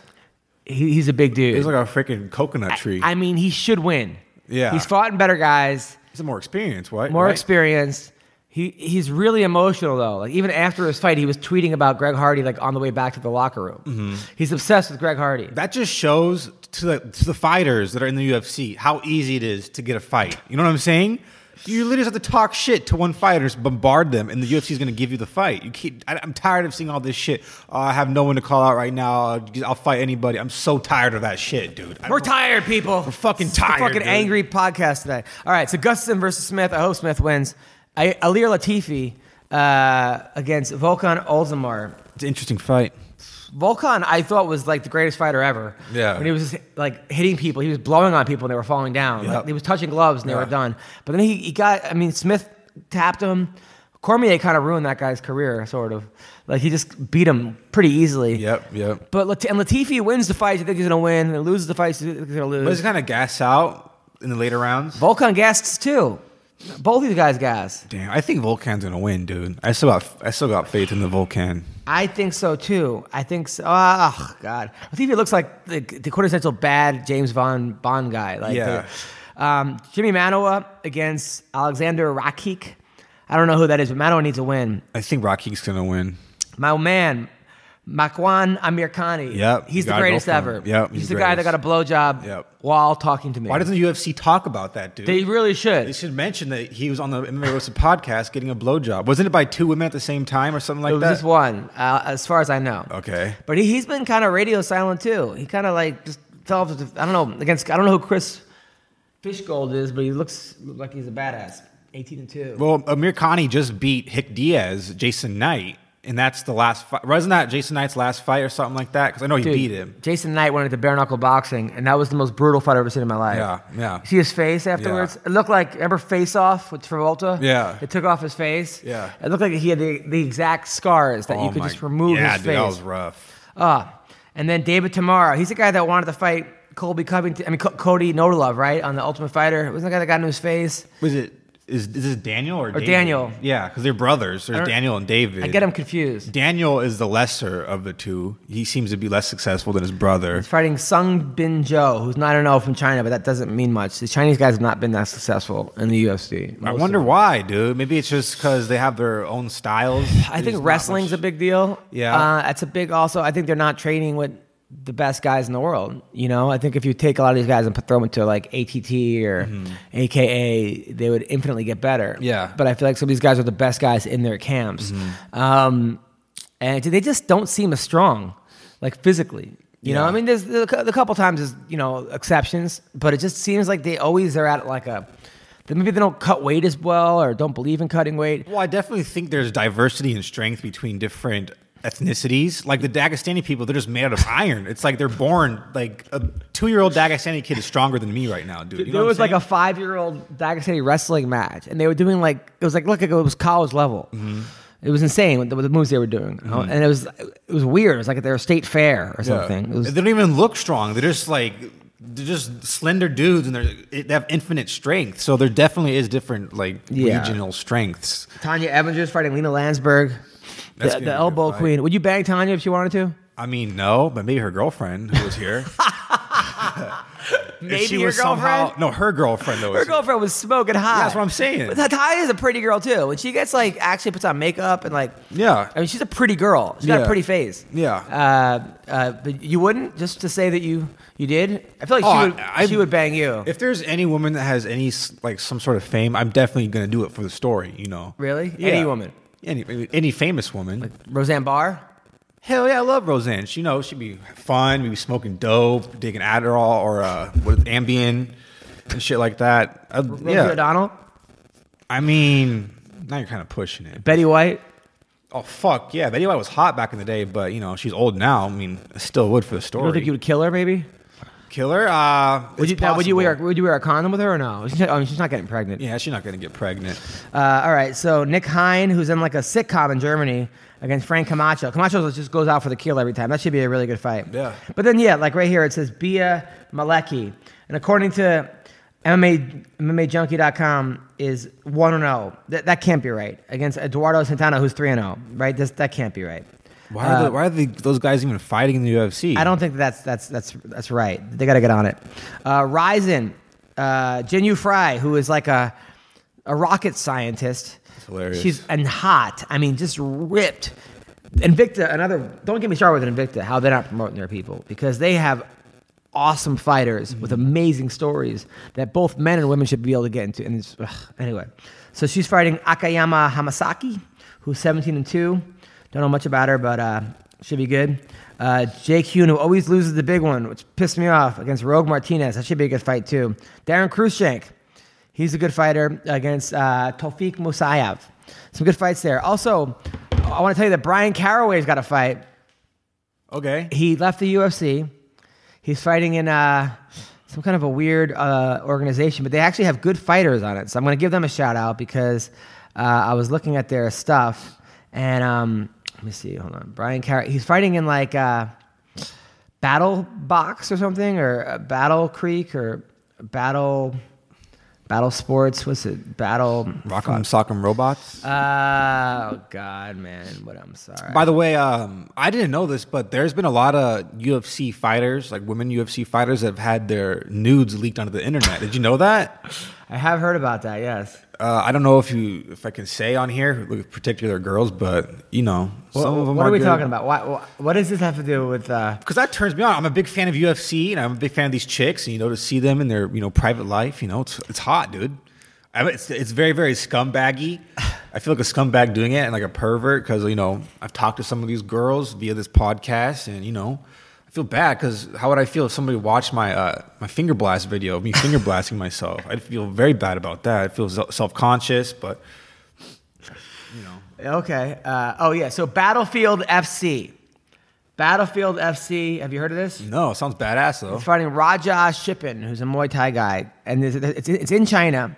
[SPEAKER 1] He, he's a big dude.
[SPEAKER 4] he's like a freaking coconut tree.
[SPEAKER 1] I mean, he should win.
[SPEAKER 4] Yeah.
[SPEAKER 1] He's fought in better guys,
[SPEAKER 4] he's more experienced, right?
[SPEAKER 1] more
[SPEAKER 4] right?
[SPEAKER 1] experienced. He he's really emotional though. Like even after his fight, he was tweeting about Greg Hardy like on the way back to the locker room. He's obsessed with Greg Hardy.
[SPEAKER 4] That just shows to the to the fighters that are in the UFC how easy it is to get a fight. You know what I'm saying? You literally just have to talk shit to one fighter, just bombard them, and the UFC is going to give you the fight. You keep. I, I'm tired of seeing all this shit. Uh, I have no one to call out right now. I'll, I'll fight anybody. I'm so tired of that shit, dude. I
[SPEAKER 1] We're
[SPEAKER 4] don't-
[SPEAKER 1] tired, people. We're
[SPEAKER 4] fucking
[SPEAKER 1] A
[SPEAKER 4] tired,
[SPEAKER 1] fucking
[SPEAKER 4] dude.
[SPEAKER 1] angry podcast today. All right, so Gustafson versus Smith. I hope Smith wins. I, Alir Latifi uh, against Volkan Ozdemir.
[SPEAKER 4] It's an interesting fight.
[SPEAKER 1] Volkan, I thought was like the greatest fighter ever.
[SPEAKER 4] Yeah.
[SPEAKER 1] When he was just, like hitting people, he was blowing on people and they were falling down.
[SPEAKER 4] Yeah.
[SPEAKER 1] Like, he was touching gloves and they
[SPEAKER 4] Yeah.
[SPEAKER 1] were done. But then he, he got, I mean, Smith tapped him. Cormier kind of ruined that guy's career, sort of. Like he just beat him pretty easily.
[SPEAKER 4] Yep, yep.
[SPEAKER 1] But Lat- and Latifi wins the fight. You think he's gonna win, and loses the fight. You think he's gonna lose.
[SPEAKER 4] But it's kind of gas out in the later rounds.
[SPEAKER 1] Volkan gasses too. Both these guys gas.
[SPEAKER 4] Damn, I think Volcan's gonna win, dude. I still got I still got faith in the Volcan.
[SPEAKER 1] I think so too. I think so. Oh God, I think he looks like the, the quintessential bad James Von Bond guy. Like
[SPEAKER 4] Yeah.
[SPEAKER 1] the- um, Jimmy Manoa against Alexander Rakic. I don't know who that is, but Manoa needs a win.
[SPEAKER 4] I think Rocky's gonna win.
[SPEAKER 1] My man, Makwan Amirkani.
[SPEAKER 4] Yep,
[SPEAKER 1] he's
[SPEAKER 4] you
[SPEAKER 1] the
[SPEAKER 4] gotta go
[SPEAKER 1] greatest
[SPEAKER 4] for him.
[SPEAKER 1] ever.
[SPEAKER 4] Yep,
[SPEAKER 1] he's,
[SPEAKER 4] he's
[SPEAKER 1] the guy that
[SPEAKER 4] greatest.
[SPEAKER 1] got a blowjob
[SPEAKER 4] Yep.
[SPEAKER 1] while talking to me.
[SPEAKER 4] Why doesn't the UFC talk about that, dude?
[SPEAKER 1] they really should?
[SPEAKER 4] They should mention that he was on the MMA Roasted podcast getting a blowjob. Wasn't it by two women at the same time or something like
[SPEAKER 1] It was
[SPEAKER 4] that?
[SPEAKER 1] just one, uh, as far as I know.
[SPEAKER 4] Okay.
[SPEAKER 1] But he, he's been kind of radio silent too. He kind of like just fell off. The, I don't know against. I don't know who Chris Fishgold is, but he looks looked like he's a badass. Eighteen and two.
[SPEAKER 4] Well, Amir Khani just beat Hick Diaz, Jason Knight, and that's the last fight. Wasn't that Jason Knight's last fight or something like that? Because I know he
[SPEAKER 1] Dude,
[SPEAKER 4] beat him.
[SPEAKER 1] Jason Knight went into bare knuckle boxing, and that was the most brutal fight I've ever seen in my life.
[SPEAKER 4] Yeah, yeah.
[SPEAKER 1] You See his face afterwards. It looked like remember Face Off with Travolta.
[SPEAKER 4] Yeah.
[SPEAKER 1] They took off his face.
[SPEAKER 4] Yeah.
[SPEAKER 1] It looked like he had the, the exact scars that you
[SPEAKER 4] Oh
[SPEAKER 1] could
[SPEAKER 4] my-
[SPEAKER 1] just remove
[SPEAKER 4] yeah,
[SPEAKER 1] his
[SPEAKER 4] dude,
[SPEAKER 1] face.
[SPEAKER 4] that was rough.
[SPEAKER 1] Ah, and then David Tamara. He's the guy that wanted to fight Colby Covington. I mean, Co- Cody Nodalov, right? On the Ultimate Fighter. Wasn't the guy that got in his face?
[SPEAKER 4] Was it? Is, is this Daniel or, David?
[SPEAKER 1] Daniel.
[SPEAKER 4] Yeah, because they're brothers.
[SPEAKER 1] I
[SPEAKER 4] There's
[SPEAKER 1] don't-
[SPEAKER 4] Daniel and David.
[SPEAKER 1] I get him confused.
[SPEAKER 4] Daniel is the lesser of the two. He seems to be less successful than his brother.
[SPEAKER 1] He's fighting Sung Bin Jo, who's 9 0 from China, but that doesn't mean much. The Chinese guys have not been that successful in the UFC.
[SPEAKER 4] I
[SPEAKER 1] Most of
[SPEAKER 4] wonder
[SPEAKER 1] them.
[SPEAKER 4] why, dude. Maybe it's just because they have their own
[SPEAKER 1] I
[SPEAKER 4] styles. There's
[SPEAKER 1] think
[SPEAKER 4] not
[SPEAKER 1] wrestling's
[SPEAKER 4] much-
[SPEAKER 1] a big deal.
[SPEAKER 4] Yeah.
[SPEAKER 1] Uh, that's a big also. I think they're not training with the best guys in the world. You know, I think if you take a lot of these guys and put, throw them into like ATT or AKA, they would infinitely get better.
[SPEAKER 4] Mm-hmm. Yeah. Mm-hmm.
[SPEAKER 1] But I feel like some of these guys are the best guys in their camps. Um, and they just don't seem as strong, like physically. You know,
[SPEAKER 4] Yeah.
[SPEAKER 1] I mean, there's the, the couple times is you know exceptions, but it just seems like they always are at like a. Maybe they don't cut weight as well, or don't believe in cutting weight.
[SPEAKER 4] Well, I definitely think there's diversity and strength between different ethnicities. Like the Dagestani people, they're just made out of iron. It's like they're born like a two-year-old Dagestani kid is stronger than me right now, dude. You know
[SPEAKER 1] there
[SPEAKER 4] what
[SPEAKER 1] was like
[SPEAKER 4] I'm
[SPEAKER 1] a
[SPEAKER 4] saying?
[SPEAKER 1] five year old Dagestani wrestling match, and they were doing like it was like look, it was college level.
[SPEAKER 4] Mm-hmm.
[SPEAKER 1] It was insane with the, with the moves they were doing, you know? and it was it was weird. It was like at their state fair or
[SPEAKER 4] Yeah.
[SPEAKER 1] something. It was,
[SPEAKER 4] They don't even look strong. They're just like they're just slender dudes, and they're, they have infinite strength. So there definitely is different like
[SPEAKER 1] Yeah.
[SPEAKER 4] regional strengths.
[SPEAKER 1] Tanya Evans fighting Lena Landsberg,
[SPEAKER 4] That's
[SPEAKER 1] the, the
[SPEAKER 4] gonna be a good
[SPEAKER 1] elbow
[SPEAKER 4] fight.
[SPEAKER 1] queen. Would you bang Tanya if she wanted to?
[SPEAKER 4] I mean, no, but maybe her girlfriend who was here.
[SPEAKER 1] Maybe
[SPEAKER 4] If she
[SPEAKER 1] your
[SPEAKER 4] was
[SPEAKER 1] girlfriend.
[SPEAKER 4] somehow- no, her girlfriend though.
[SPEAKER 1] her
[SPEAKER 4] was here.
[SPEAKER 1] girlfriend was smoking hot.
[SPEAKER 4] that's what I'm saying.
[SPEAKER 1] But Tanya is a pretty girl too. When she gets like actually puts on makeup and like
[SPEAKER 4] Yeah.
[SPEAKER 1] I mean she's a pretty girl. She's got a
[SPEAKER 4] Yeah.
[SPEAKER 1] pretty face.
[SPEAKER 4] Yeah.
[SPEAKER 1] Uh, uh, but you wouldn't just to say that you you did. I feel like
[SPEAKER 4] Oh,
[SPEAKER 1] she would
[SPEAKER 4] I- I-
[SPEAKER 1] she would bang you.
[SPEAKER 4] If there's any woman that has any s- like some sort of fame, I'm definitely gonna do it for the story. You know.
[SPEAKER 1] Really? Any woman?
[SPEAKER 4] Any any famous woman.
[SPEAKER 1] Roseanne Barr.
[SPEAKER 4] Hell yeah, I love Roseanne. She, you know, she'd be fun. We'd be smoking dope, digging Adderall or uh, what is it, Ambien and shit like that. Uh,
[SPEAKER 1] Rosie
[SPEAKER 4] yeah.
[SPEAKER 1] O'Donnell.
[SPEAKER 4] I mean, now you're kind of pushing it.
[SPEAKER 1] Betty White.
[SPEAKER 4] Oh fuck yeah, Betty White was hot back in the day, but you know she's old now. I mean, I still would for the story.
[SPEAKER 1] You don't think you would kill her? Maybe.
[SPEAKER 4] Killer. Uh,
[SPEAKER 1] Would you,
[SPEAKER 4] it's
[SPEAKER 1] now, would you wear
[SPEAKER 4] possible.
[SPEAKER 1] would you wear a condom with her or no? She's not, oh, she's not getting pregnant.
[SPEAKER 4] Yeah, she's not gonna get pregnant.
[SPEAKER 1] Uh, all right, so Nick Hine, who's in like a sitcom in Germany against Frank Camacho. Camacho just goes out for the kill every time. That should be a really good fight.
[SPEAKER 4] Yeah.
[SPEAKER 1] But then yeah, like right here it says Bia Malecki, and according to MMA MMAJunkie.com is one and zero. That that can't be right against Eduardo Santana, who's three and zero. Right? This, that can't be right.
[SPEAKER 4] Why are, the, why are the, those guys even fighting in the UFC?
[SPEAKER 1] Uh, I don't think that's that's that's that's right. They got to get on it. Uh, Ryzen, uh, Jinyu Fry, who is like a a rocket scientist.
[SPEAKER 4] hilarious.
[SPEAKER 1] She's and hot. I mean, just ripped. Invicta, another. Don't get me started with Invicta. How they're not promoting their people because they have awesome fighters with amazing stories that both men and women should be able to get into. And it's, ugh, anyway, so she's fighting Akayama Hamasaki, who's 17 and two. Don't know much about her, but uh, should be good. Uh, Jake Hune, who always loses the big one, which pissed me off against Rogue Martinez. That should be a good fight too. Darren Khrushchenk, He's a good fighter against uh, Tofik Musayev. Some good fights there. Also, I want to tell you that Brian Caraway's got a fight.
[SPEAKER 4] Okay.
[SPEAKER 1] He left the UFC. He's fighting in uh, some kind of a weird uh, organization, but they actually have good fighters on it. So I'm going to give them a shout out because uh, I was looking at their stuff. And um, let me see. Hold on. Brian Caraway. He's fighting in like. Uh, Battle Box or something, or uh, Battle Creek, or Battle Battle Sports. What's it? Battle.
[SPEAKER 4] Rock'em Sock'em Robots.
[SPEAKER 1] Uh, oh God, man! What I'm sorry.
[SPEAKER 4] By the way, um, I didn't know this, but there's been a lot of UFC fighters, like women UFC fighters, that have had their nudes leaked onto the internet. Did you know that?
[SPEAKER 1] I have heard about that. Yes.
[SPEAKER 4] Uh, I don't know if you, if I can say on here like, particular girls, but you know, some of them.
[SPEAKER 1] what are we talking about? Why, why, what does this have to do with? Uh,
[SPEAKER 4] Because that turns me on. I'm a big fan of UFC, and I'm a big fan of these chicks. And you know, to see them in their you know private life, you know, it's it's hot, dude. I mean, it's it's very very scumbaggy. I feel like a scumbag doing it and like a pervert because you know I've talked to some of these girls via this podcast, and you know. I feel bad because how would I feel if somebody watched my uh, my finger blast video of me finger blasting myself? I'd feel very bad about that. I feel self conscious, but
[SPEAKER 1] okay. Uh, oh yeah. So Battlefield FC. Battlefield FC. Have you heard of this?
[SPEAKER 4] no, it sounds badass though.
[SPEAKER 1] It's fighting Raja Shippen, who's a Muay Thai guy, and it's, it's, it's in China,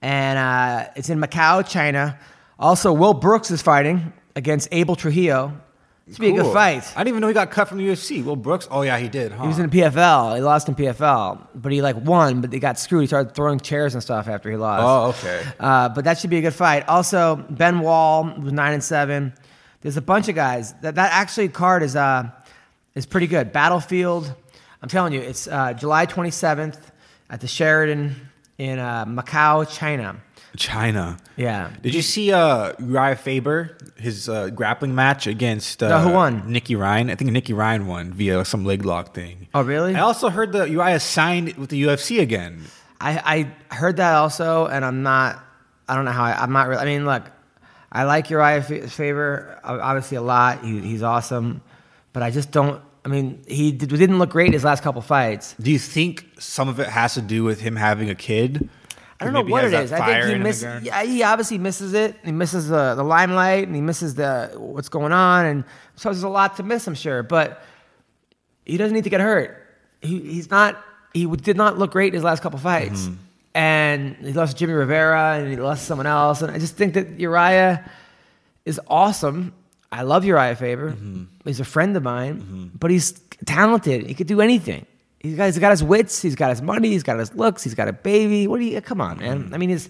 [SPEAKER 1] and uh, it's in Macau, China. Also, Will Brooks is fighting against Abel Trujillo. It's be a good
[SPEAKER 4] Cool.
[SPEAKER 1] fight.
[SPEAKER 4] I didn't even know he got cut from the UFC. Will Brooks? Oh yeah, he did. Huh?
[SPEAKER 1] He was in the PFL. He lost in PFL, but he like won, but he got screwed. He started throwing chairs and stuff after he lost.
[SPEAKER 4] Oh, okay.
[SPEAKER 1] Uh, but that should be a good fight. Also, Ben Wall was nine and seven. There's a bunch of guys that that actually card is uh is pretty good. Battlefield. I'm telling you, it's uh, July 27th at the Sheridan in uh, Macau, China.
[SPEAKER 4] China.
[SPEAKER 1] Yeah.
[SPEAKER 4] Did you see uh, Uriah Faber his uh, grappling match against uh,
[SPEAKER 1] No, who won?
[SPEAKER 4] Nikki Ryan? I think Nikki Ryan won via some leg lock thing.
[SPEAKER 1] Oh, really?
[SPEAKER 4] I also heard that Uriah signed with the UFC again.
[SPEAKER 1] I, I heard that also, and I'm not. I don't know how. I, I'm not really. I mean, look, I like Uriah Fa- Faber ob- obviously a lot. He, he's awesome, but I just don't. I mean, he did, didn't look great in his last couple fights.
[SPEAKER 4] Do you think some of it has to do with him having a kid?
[SPEAKER 1] I don't know
[SPEAKER 4] Maybe
[SPEAKER 1] what
[SPEAKER 4] has
[SPEAKER 1] it
[SPEAKER 4] that
[SPEAKER 1] is. I
[SPEAKER 4] fire
[SPEAKER 1] think
[SPEAKER 4] in
[SPEAKER 1] he
[SPEAKER 4] him
[SPEAKER 1] misses.
[SPEAKER 4] again?
[SPEAKER 1] Yeah, he obviously misses it. He misses the, the limelight, and he misses the what's going on, and so there's a lot to miss. I'm sure, but he doesn't need to get hurt. He, he's not. He w- did not look great in his last couple fights,
[SPEAKER 4] Mm-hmm.
[SPEAKER 1] and he lost Jimmy Rivera, and he lost someone else, and I just think that Uriah is awesome. I love Uriah Faber. He's a friend of mine, but he's talented. He could do anything. He's got, he's got his wits. He's got his money. He's got his looks. He's got a baby. What do you? Come on, man. I mean, he's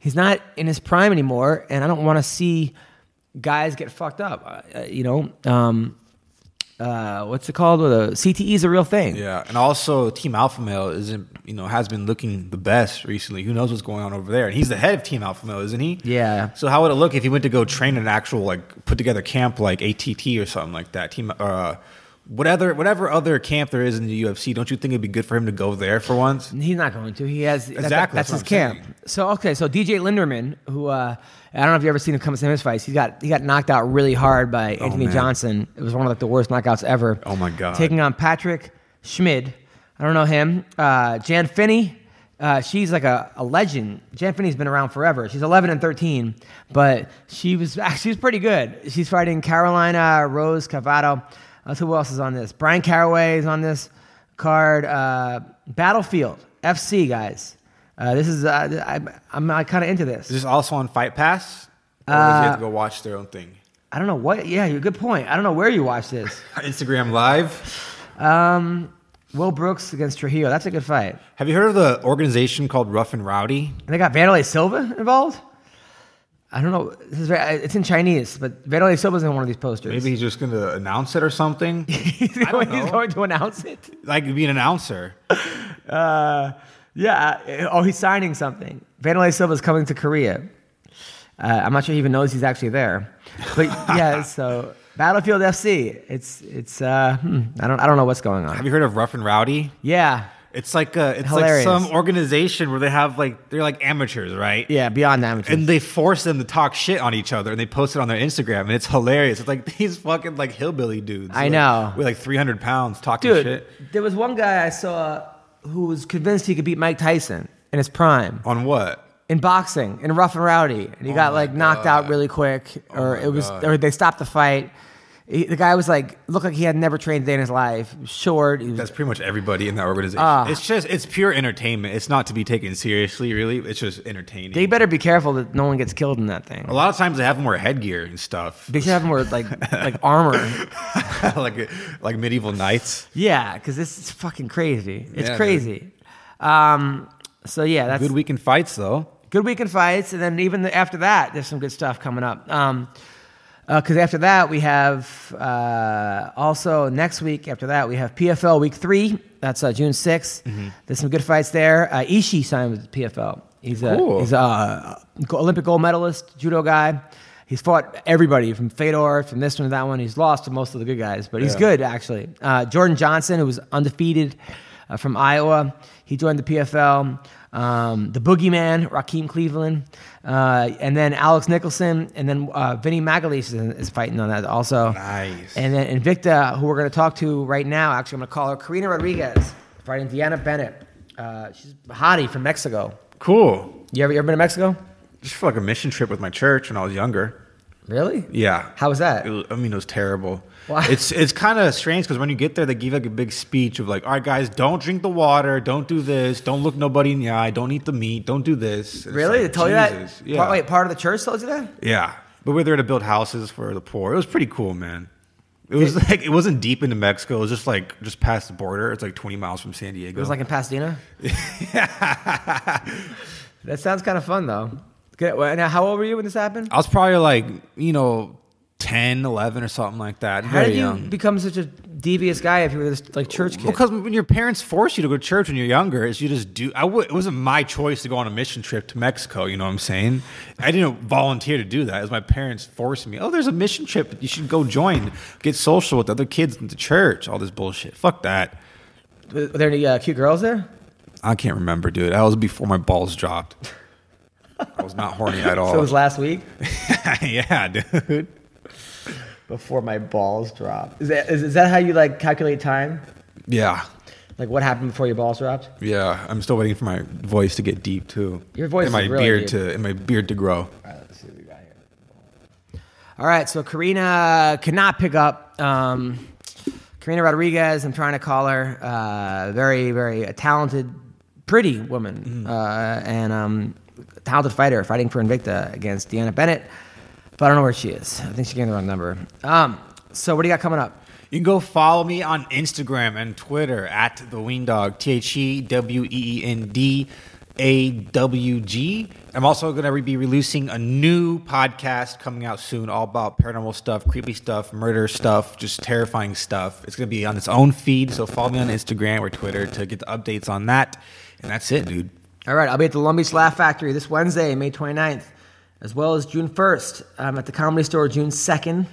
[SPEAKER 1] he's not in his prime anymore, and I don't want to see guys get fucked up. Uh, you know, um, uh, what's it called? Uh, CTE is a real thing.
[SPEAKER 4] Yeah, and also Team Alpha Male isn't you know has been looking the best recently. Who knows what's going on over there? And he's the head of Team Alpha Male, isn't he?
[SPEAKER 1] Yeah.
[SPEAKER 4] So how would it look if he went to go train at an actual like put together camp like ATT or something like that? Team uh, whatever whatever other camp there is in the UFC. Don't you think it'd be good for him to go there for once?
[SPEAKER 1] He's not going to. He has that- that-
[SPEAKER 4] Exactly,
[SPEAKER 1] that's
[SPEAKER 4] that's
[SPEAKER 1] his
[SPEAKER 4] what I'm
[SPEAKER 1] camp. So okay, so DJ Linderman, who uh, I don't know if you have ever seen him come in his fights. He got he got knocked out really hard by Anthony
[SPEAKER 4] Oh, man.
[SPEAKER 1] Johnson. It was one of like the worst knockouts ever.
[SPEAKER 4] Oh, my God.
[SPEAKER 1] Taking on Patrick Schmid. I don't know him. Uh, Jan Finney. Uh, she's like a, a legend. Jan Finney's been around forever. She's 11 and 13, but she was she was pretty good. She's Uh, fighting Carolina Rose Cavado. Let's see who else is on this. Brian Caraway is on this. card uh, Battlefield FC, guys. Uh, this is uh, I, I'm, I'm kind of into this.
[SPEAKER 4] Is this also on Fight Pass? Or does you have to go watch their own thing?
[SPEAKER 1] I don't know what. Yeah, you're good point. I don't know where you watch this. Um,
[SPEAKER 4] Instagram Live.
[SPEAKER 1] Will Brooks against Trujillo. That's a good fight.
[SPEAKER 4] Have you heard of the organization called Rough and Rowdy?
[SPEAKER 1] And they got Vanderlei Silva involved. I don't know. This is very, it's in Chinese, but Vanderlei Silva's in one of these posters.
[SPEAKER 4] Maybe he's just going to announce it or something.
[SPEAKER 1] he's,
[SPEAKER 4] I don't
[SPEAKER 1] he's
[SPEAKER 4] know.
[SPEAKER 1] going to announce it.
[SPEAKER 4] like be an announcer.
[SPEAKER 1] Uh, yeah. uh, Oh, he's signing something. Vanderlei Silva's coming to Korea. Uh, I'm not sure he even knows he's actually there. But yeah, so Battlefield FC. It's it's. Uh, hmm, I don't I don't know what's going on.
[SPEAKER 4] Have you heard of Rough and Rowdy?
[SPEAKER 1] Yeah.
[SPEAKER 4] It's like a, it's
[SPEAKER 1] Hilarious.
[SPEAKER 4] like some organization where they have like they're like amateurs, right?
[SPEAKER 1] Yeah. Beyond amateur.
[SPEAKER 4] And they force them to talk shit on each other, and they post it on their Instagram, and it's hilarious. It's like these fucking like hillbilly dudes.
[SPEAKER 1] I
[SPEAKER 4] like,
[SPEAKER 1] know.
[SPEAKER 4] with like three hundred pounds talking
[SPEAKER 1] Dude,
[SPEAKER 4] shit
[SPEAKER 1] there was one guy I saw who was convinced he could beat Mike Tyson in his prime
[SPEAKER 4] on what?
[SPEAKER 1] in boxing in rough and rowdy, and he got
[SPEAKER 4] Oh my Oh
[SPEAKER 1] like knocked out really quick, or
[SPEAKER 4] my
[SPEAKER 1] it was,
[SPEAKER 4] God.
[SPEAKER 1] or they stopped the fight. He- the guy was like, looked like he had never trained a day in his life. He was Short. He was,
[SPEAKER 4] That's pretty much everybody in that organization.
[SPEAKER 1] Ah.
[SPEAKER 4] it's just it's pure entertainment. It's not to be taken seriously, really. It's just entertaining.
[SPEAKER 1] they better be careful that no one gets killed in that thing.
[SPEAKER 4] a lot of times they have them wear headgear and stuff,
[SPEAKER 1] They should have more like like armor.
[SPEAKER 4] like like medieval knights.
[SPEAKER 1] Yeah, because this is fucking crazy. It's
[SPEAKER 4] Yeah, dude.
[SPEAKER 1] crazy. Um, so yeah, that's
[SPEAKER 4] Good weekend fights though.
[SPEAKER 1] good weekend fights, and then even the, after that, there's some good stuff coming up. Um, because after that we have uh, also next week. After that we have PFL Week Three. That's uh, June 6th. There's some good fights there. Uh, Ishii signed with PFL. He's a
[SPEAKER 4] Cool.
[SPEAKER 1] he's a uh, go- Olympic gold medalist, judo guy. He's fought everybody from Fedor, from this one to that one. He's lost to most of the good guys, but he's
[SPEAKER 4] Yeah.
[SPEAKER 1] good actually. Uh, Jordan Johnson, who was undefeated uh, from Iowa, he joined the PFL. Um, the Boogeyman, Raheem Cleveland, uh, and then Alex Nicholson, and then uh, Vinny Magalhaes is, is fighting on that also.
[SPEAKER 4] Nice.
[SPEAKER 1] And then Invicta, who we're going to talk to right now, actually, I'm going to call her Karina Rodriguez, fighting Deanna Bennett. Uh, she's a hottie from Mexico.
[SPEAKER 4] Cool.
[SPEAKER 1] You ever, you ever been to Mexico?
[SPEAKER 4] Just for like a mission trip with my church when I was younger.
[SPEAKER 1] Really?
[SPEAKER 4] Yeah.
[SPEAKER 1] How was that?
[SPEAKER 4] It was- I mean, it was terrible.
[SPEAKER 1] Why?
[SPEAKER 4] It's it's kind of strange because when you get there, they give like a big speech of like, "All right, guys, don't drink the water, don't do this, don't look nobody in the eye, don't eat the meat, don't do this." And it's
[SPEAKER 1] Really?
[SPEAKER 4] like,
[SPEAKER 1] they told
[SPEAKER 4] Jesus.
[SPEAKER 1] you that?
[SPEAKER 4] Yeah.
[SPEAKER 1] Part, wait, part of the church told you that?
[SPEAKER 4] Yeah. But we're there to build houses for the poor. It was pretty cool, man. It was like it wasn't deep into Mexico. It was just like just past the border. It's like 20 miles from San Diego.
[SPEAKER 1] It was like in Pasadena. that sounds kind of fun though. Good. Well, Now, how old were you when this happened?
[SPEAKER 4] I was probably like, you know, 10, 11 or something like that.
[SPEAKER 1] How
[SPEAKER 4] Very
[SPEAKER 1] did you
[SPEAKER 4] young.
[SPEAKER 1] become such a devious guy if you were this like church kid?
[SPEAKER 4] Because when your parents force you to go to church when you're younger, is you just do. I w- it wasn't my choice to go on a mission trip to Mexico. You know what I'm saying? I didn't volunteer to do that. It was my parents forcing me. Oh, there's a mission trip. You should go join. Get social with other kids in the church. All this bullshit. Fuck that.
[SPEAKER 1] Were there any uh, cute girls there?
[SPEAKER 4] I can't remember, dude. That was before my balls dropped. I was not horny at all.
[SPEAKER 1] So it was last week
[SPEAKER 4] yeah, dude.
[SPEAKER 1] before my balls dropped. Is that, is, is that how you like calculate time?
[SPEAKER 4] Yeah,
[SPEAKER 1] Like what happened before your balls dropped?
[SPEAKER 4] yeah. I'm still waiting for my voice to get deep too.
[SPEAKER 1] Your voice
[SPEAKER 4] and my
[SPEAKER 1] is really
[SPEAKER 4] beard
[SPEAKER 1] deep.
[SPEAKER 4] to and my beard to grow.
[SPEAKER 1] All right, so Karina cannot pick up. Um, Karina Rodriguez, I'm trying to call her. Uh, very, very talented, pretty woman, uh, and um, talented fighter, fighting for Invicta against Deanna Bennett. But I don't know where she is. I think she gave the wrong number. Um, so what do you got coming up?
[SPEAKER 4] You can go follow me on Instagram and Twitter at the Ween Dog. T H E W E E N D A W G. I'm also going to be releasing a new podcast coming out soon, all about paranormal stuff, creepy stuff, murder stuff, just terrifying stuff. It's going to be on its own feed. So follow me on Instagram or Twitter to get the updates on that. And that's it, dude.
[SPEAKER 1] All right, I'll be at the Long Beach Laugh Factory this Wednesday, May 29th, as well as June 1st. I'm at the Comedy Store June 2nd.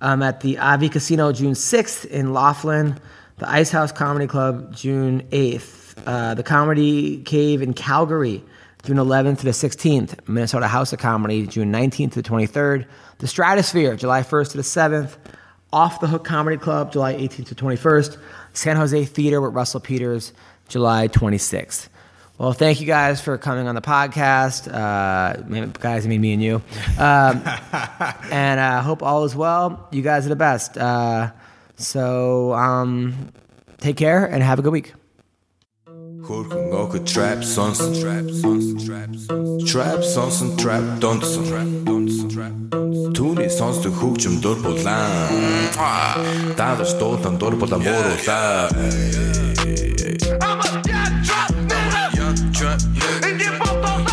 [SPEAKER 1] I'm at the Avi Casino June 6th in Laughlin, the Ice House Comedy Club June 8th, uh, the Comedy Cave in Calgary June 11th to the 16th, Minnesota House of Comedy June 19th to the 23rd, the Stratosphere July 1st to the 7th, Off the Hook Comedy Club July 18th to 21st, San Jose Theater with Russell Peters July 26th. Well, thank you guys for coming on the podcast. Uh, man, guys, I mean, me and you. Um, and I uh, hope all is well. You guys are the best. Uh, so, um, Take care and have a good week.
[SPEAKER 2] Хөрхөн охид trap sons and trap sons and trap sons trap sons and trap дундсан trap дундсан trap Түүний сонсдог хөгжим дур булаа Даалж дуулан дур булаа мууруулаа
[SPEAKER 3] I'm a dead trap nigga.
[SPEAKER 2] Young trap
[SPEAKER 3] And you both don't know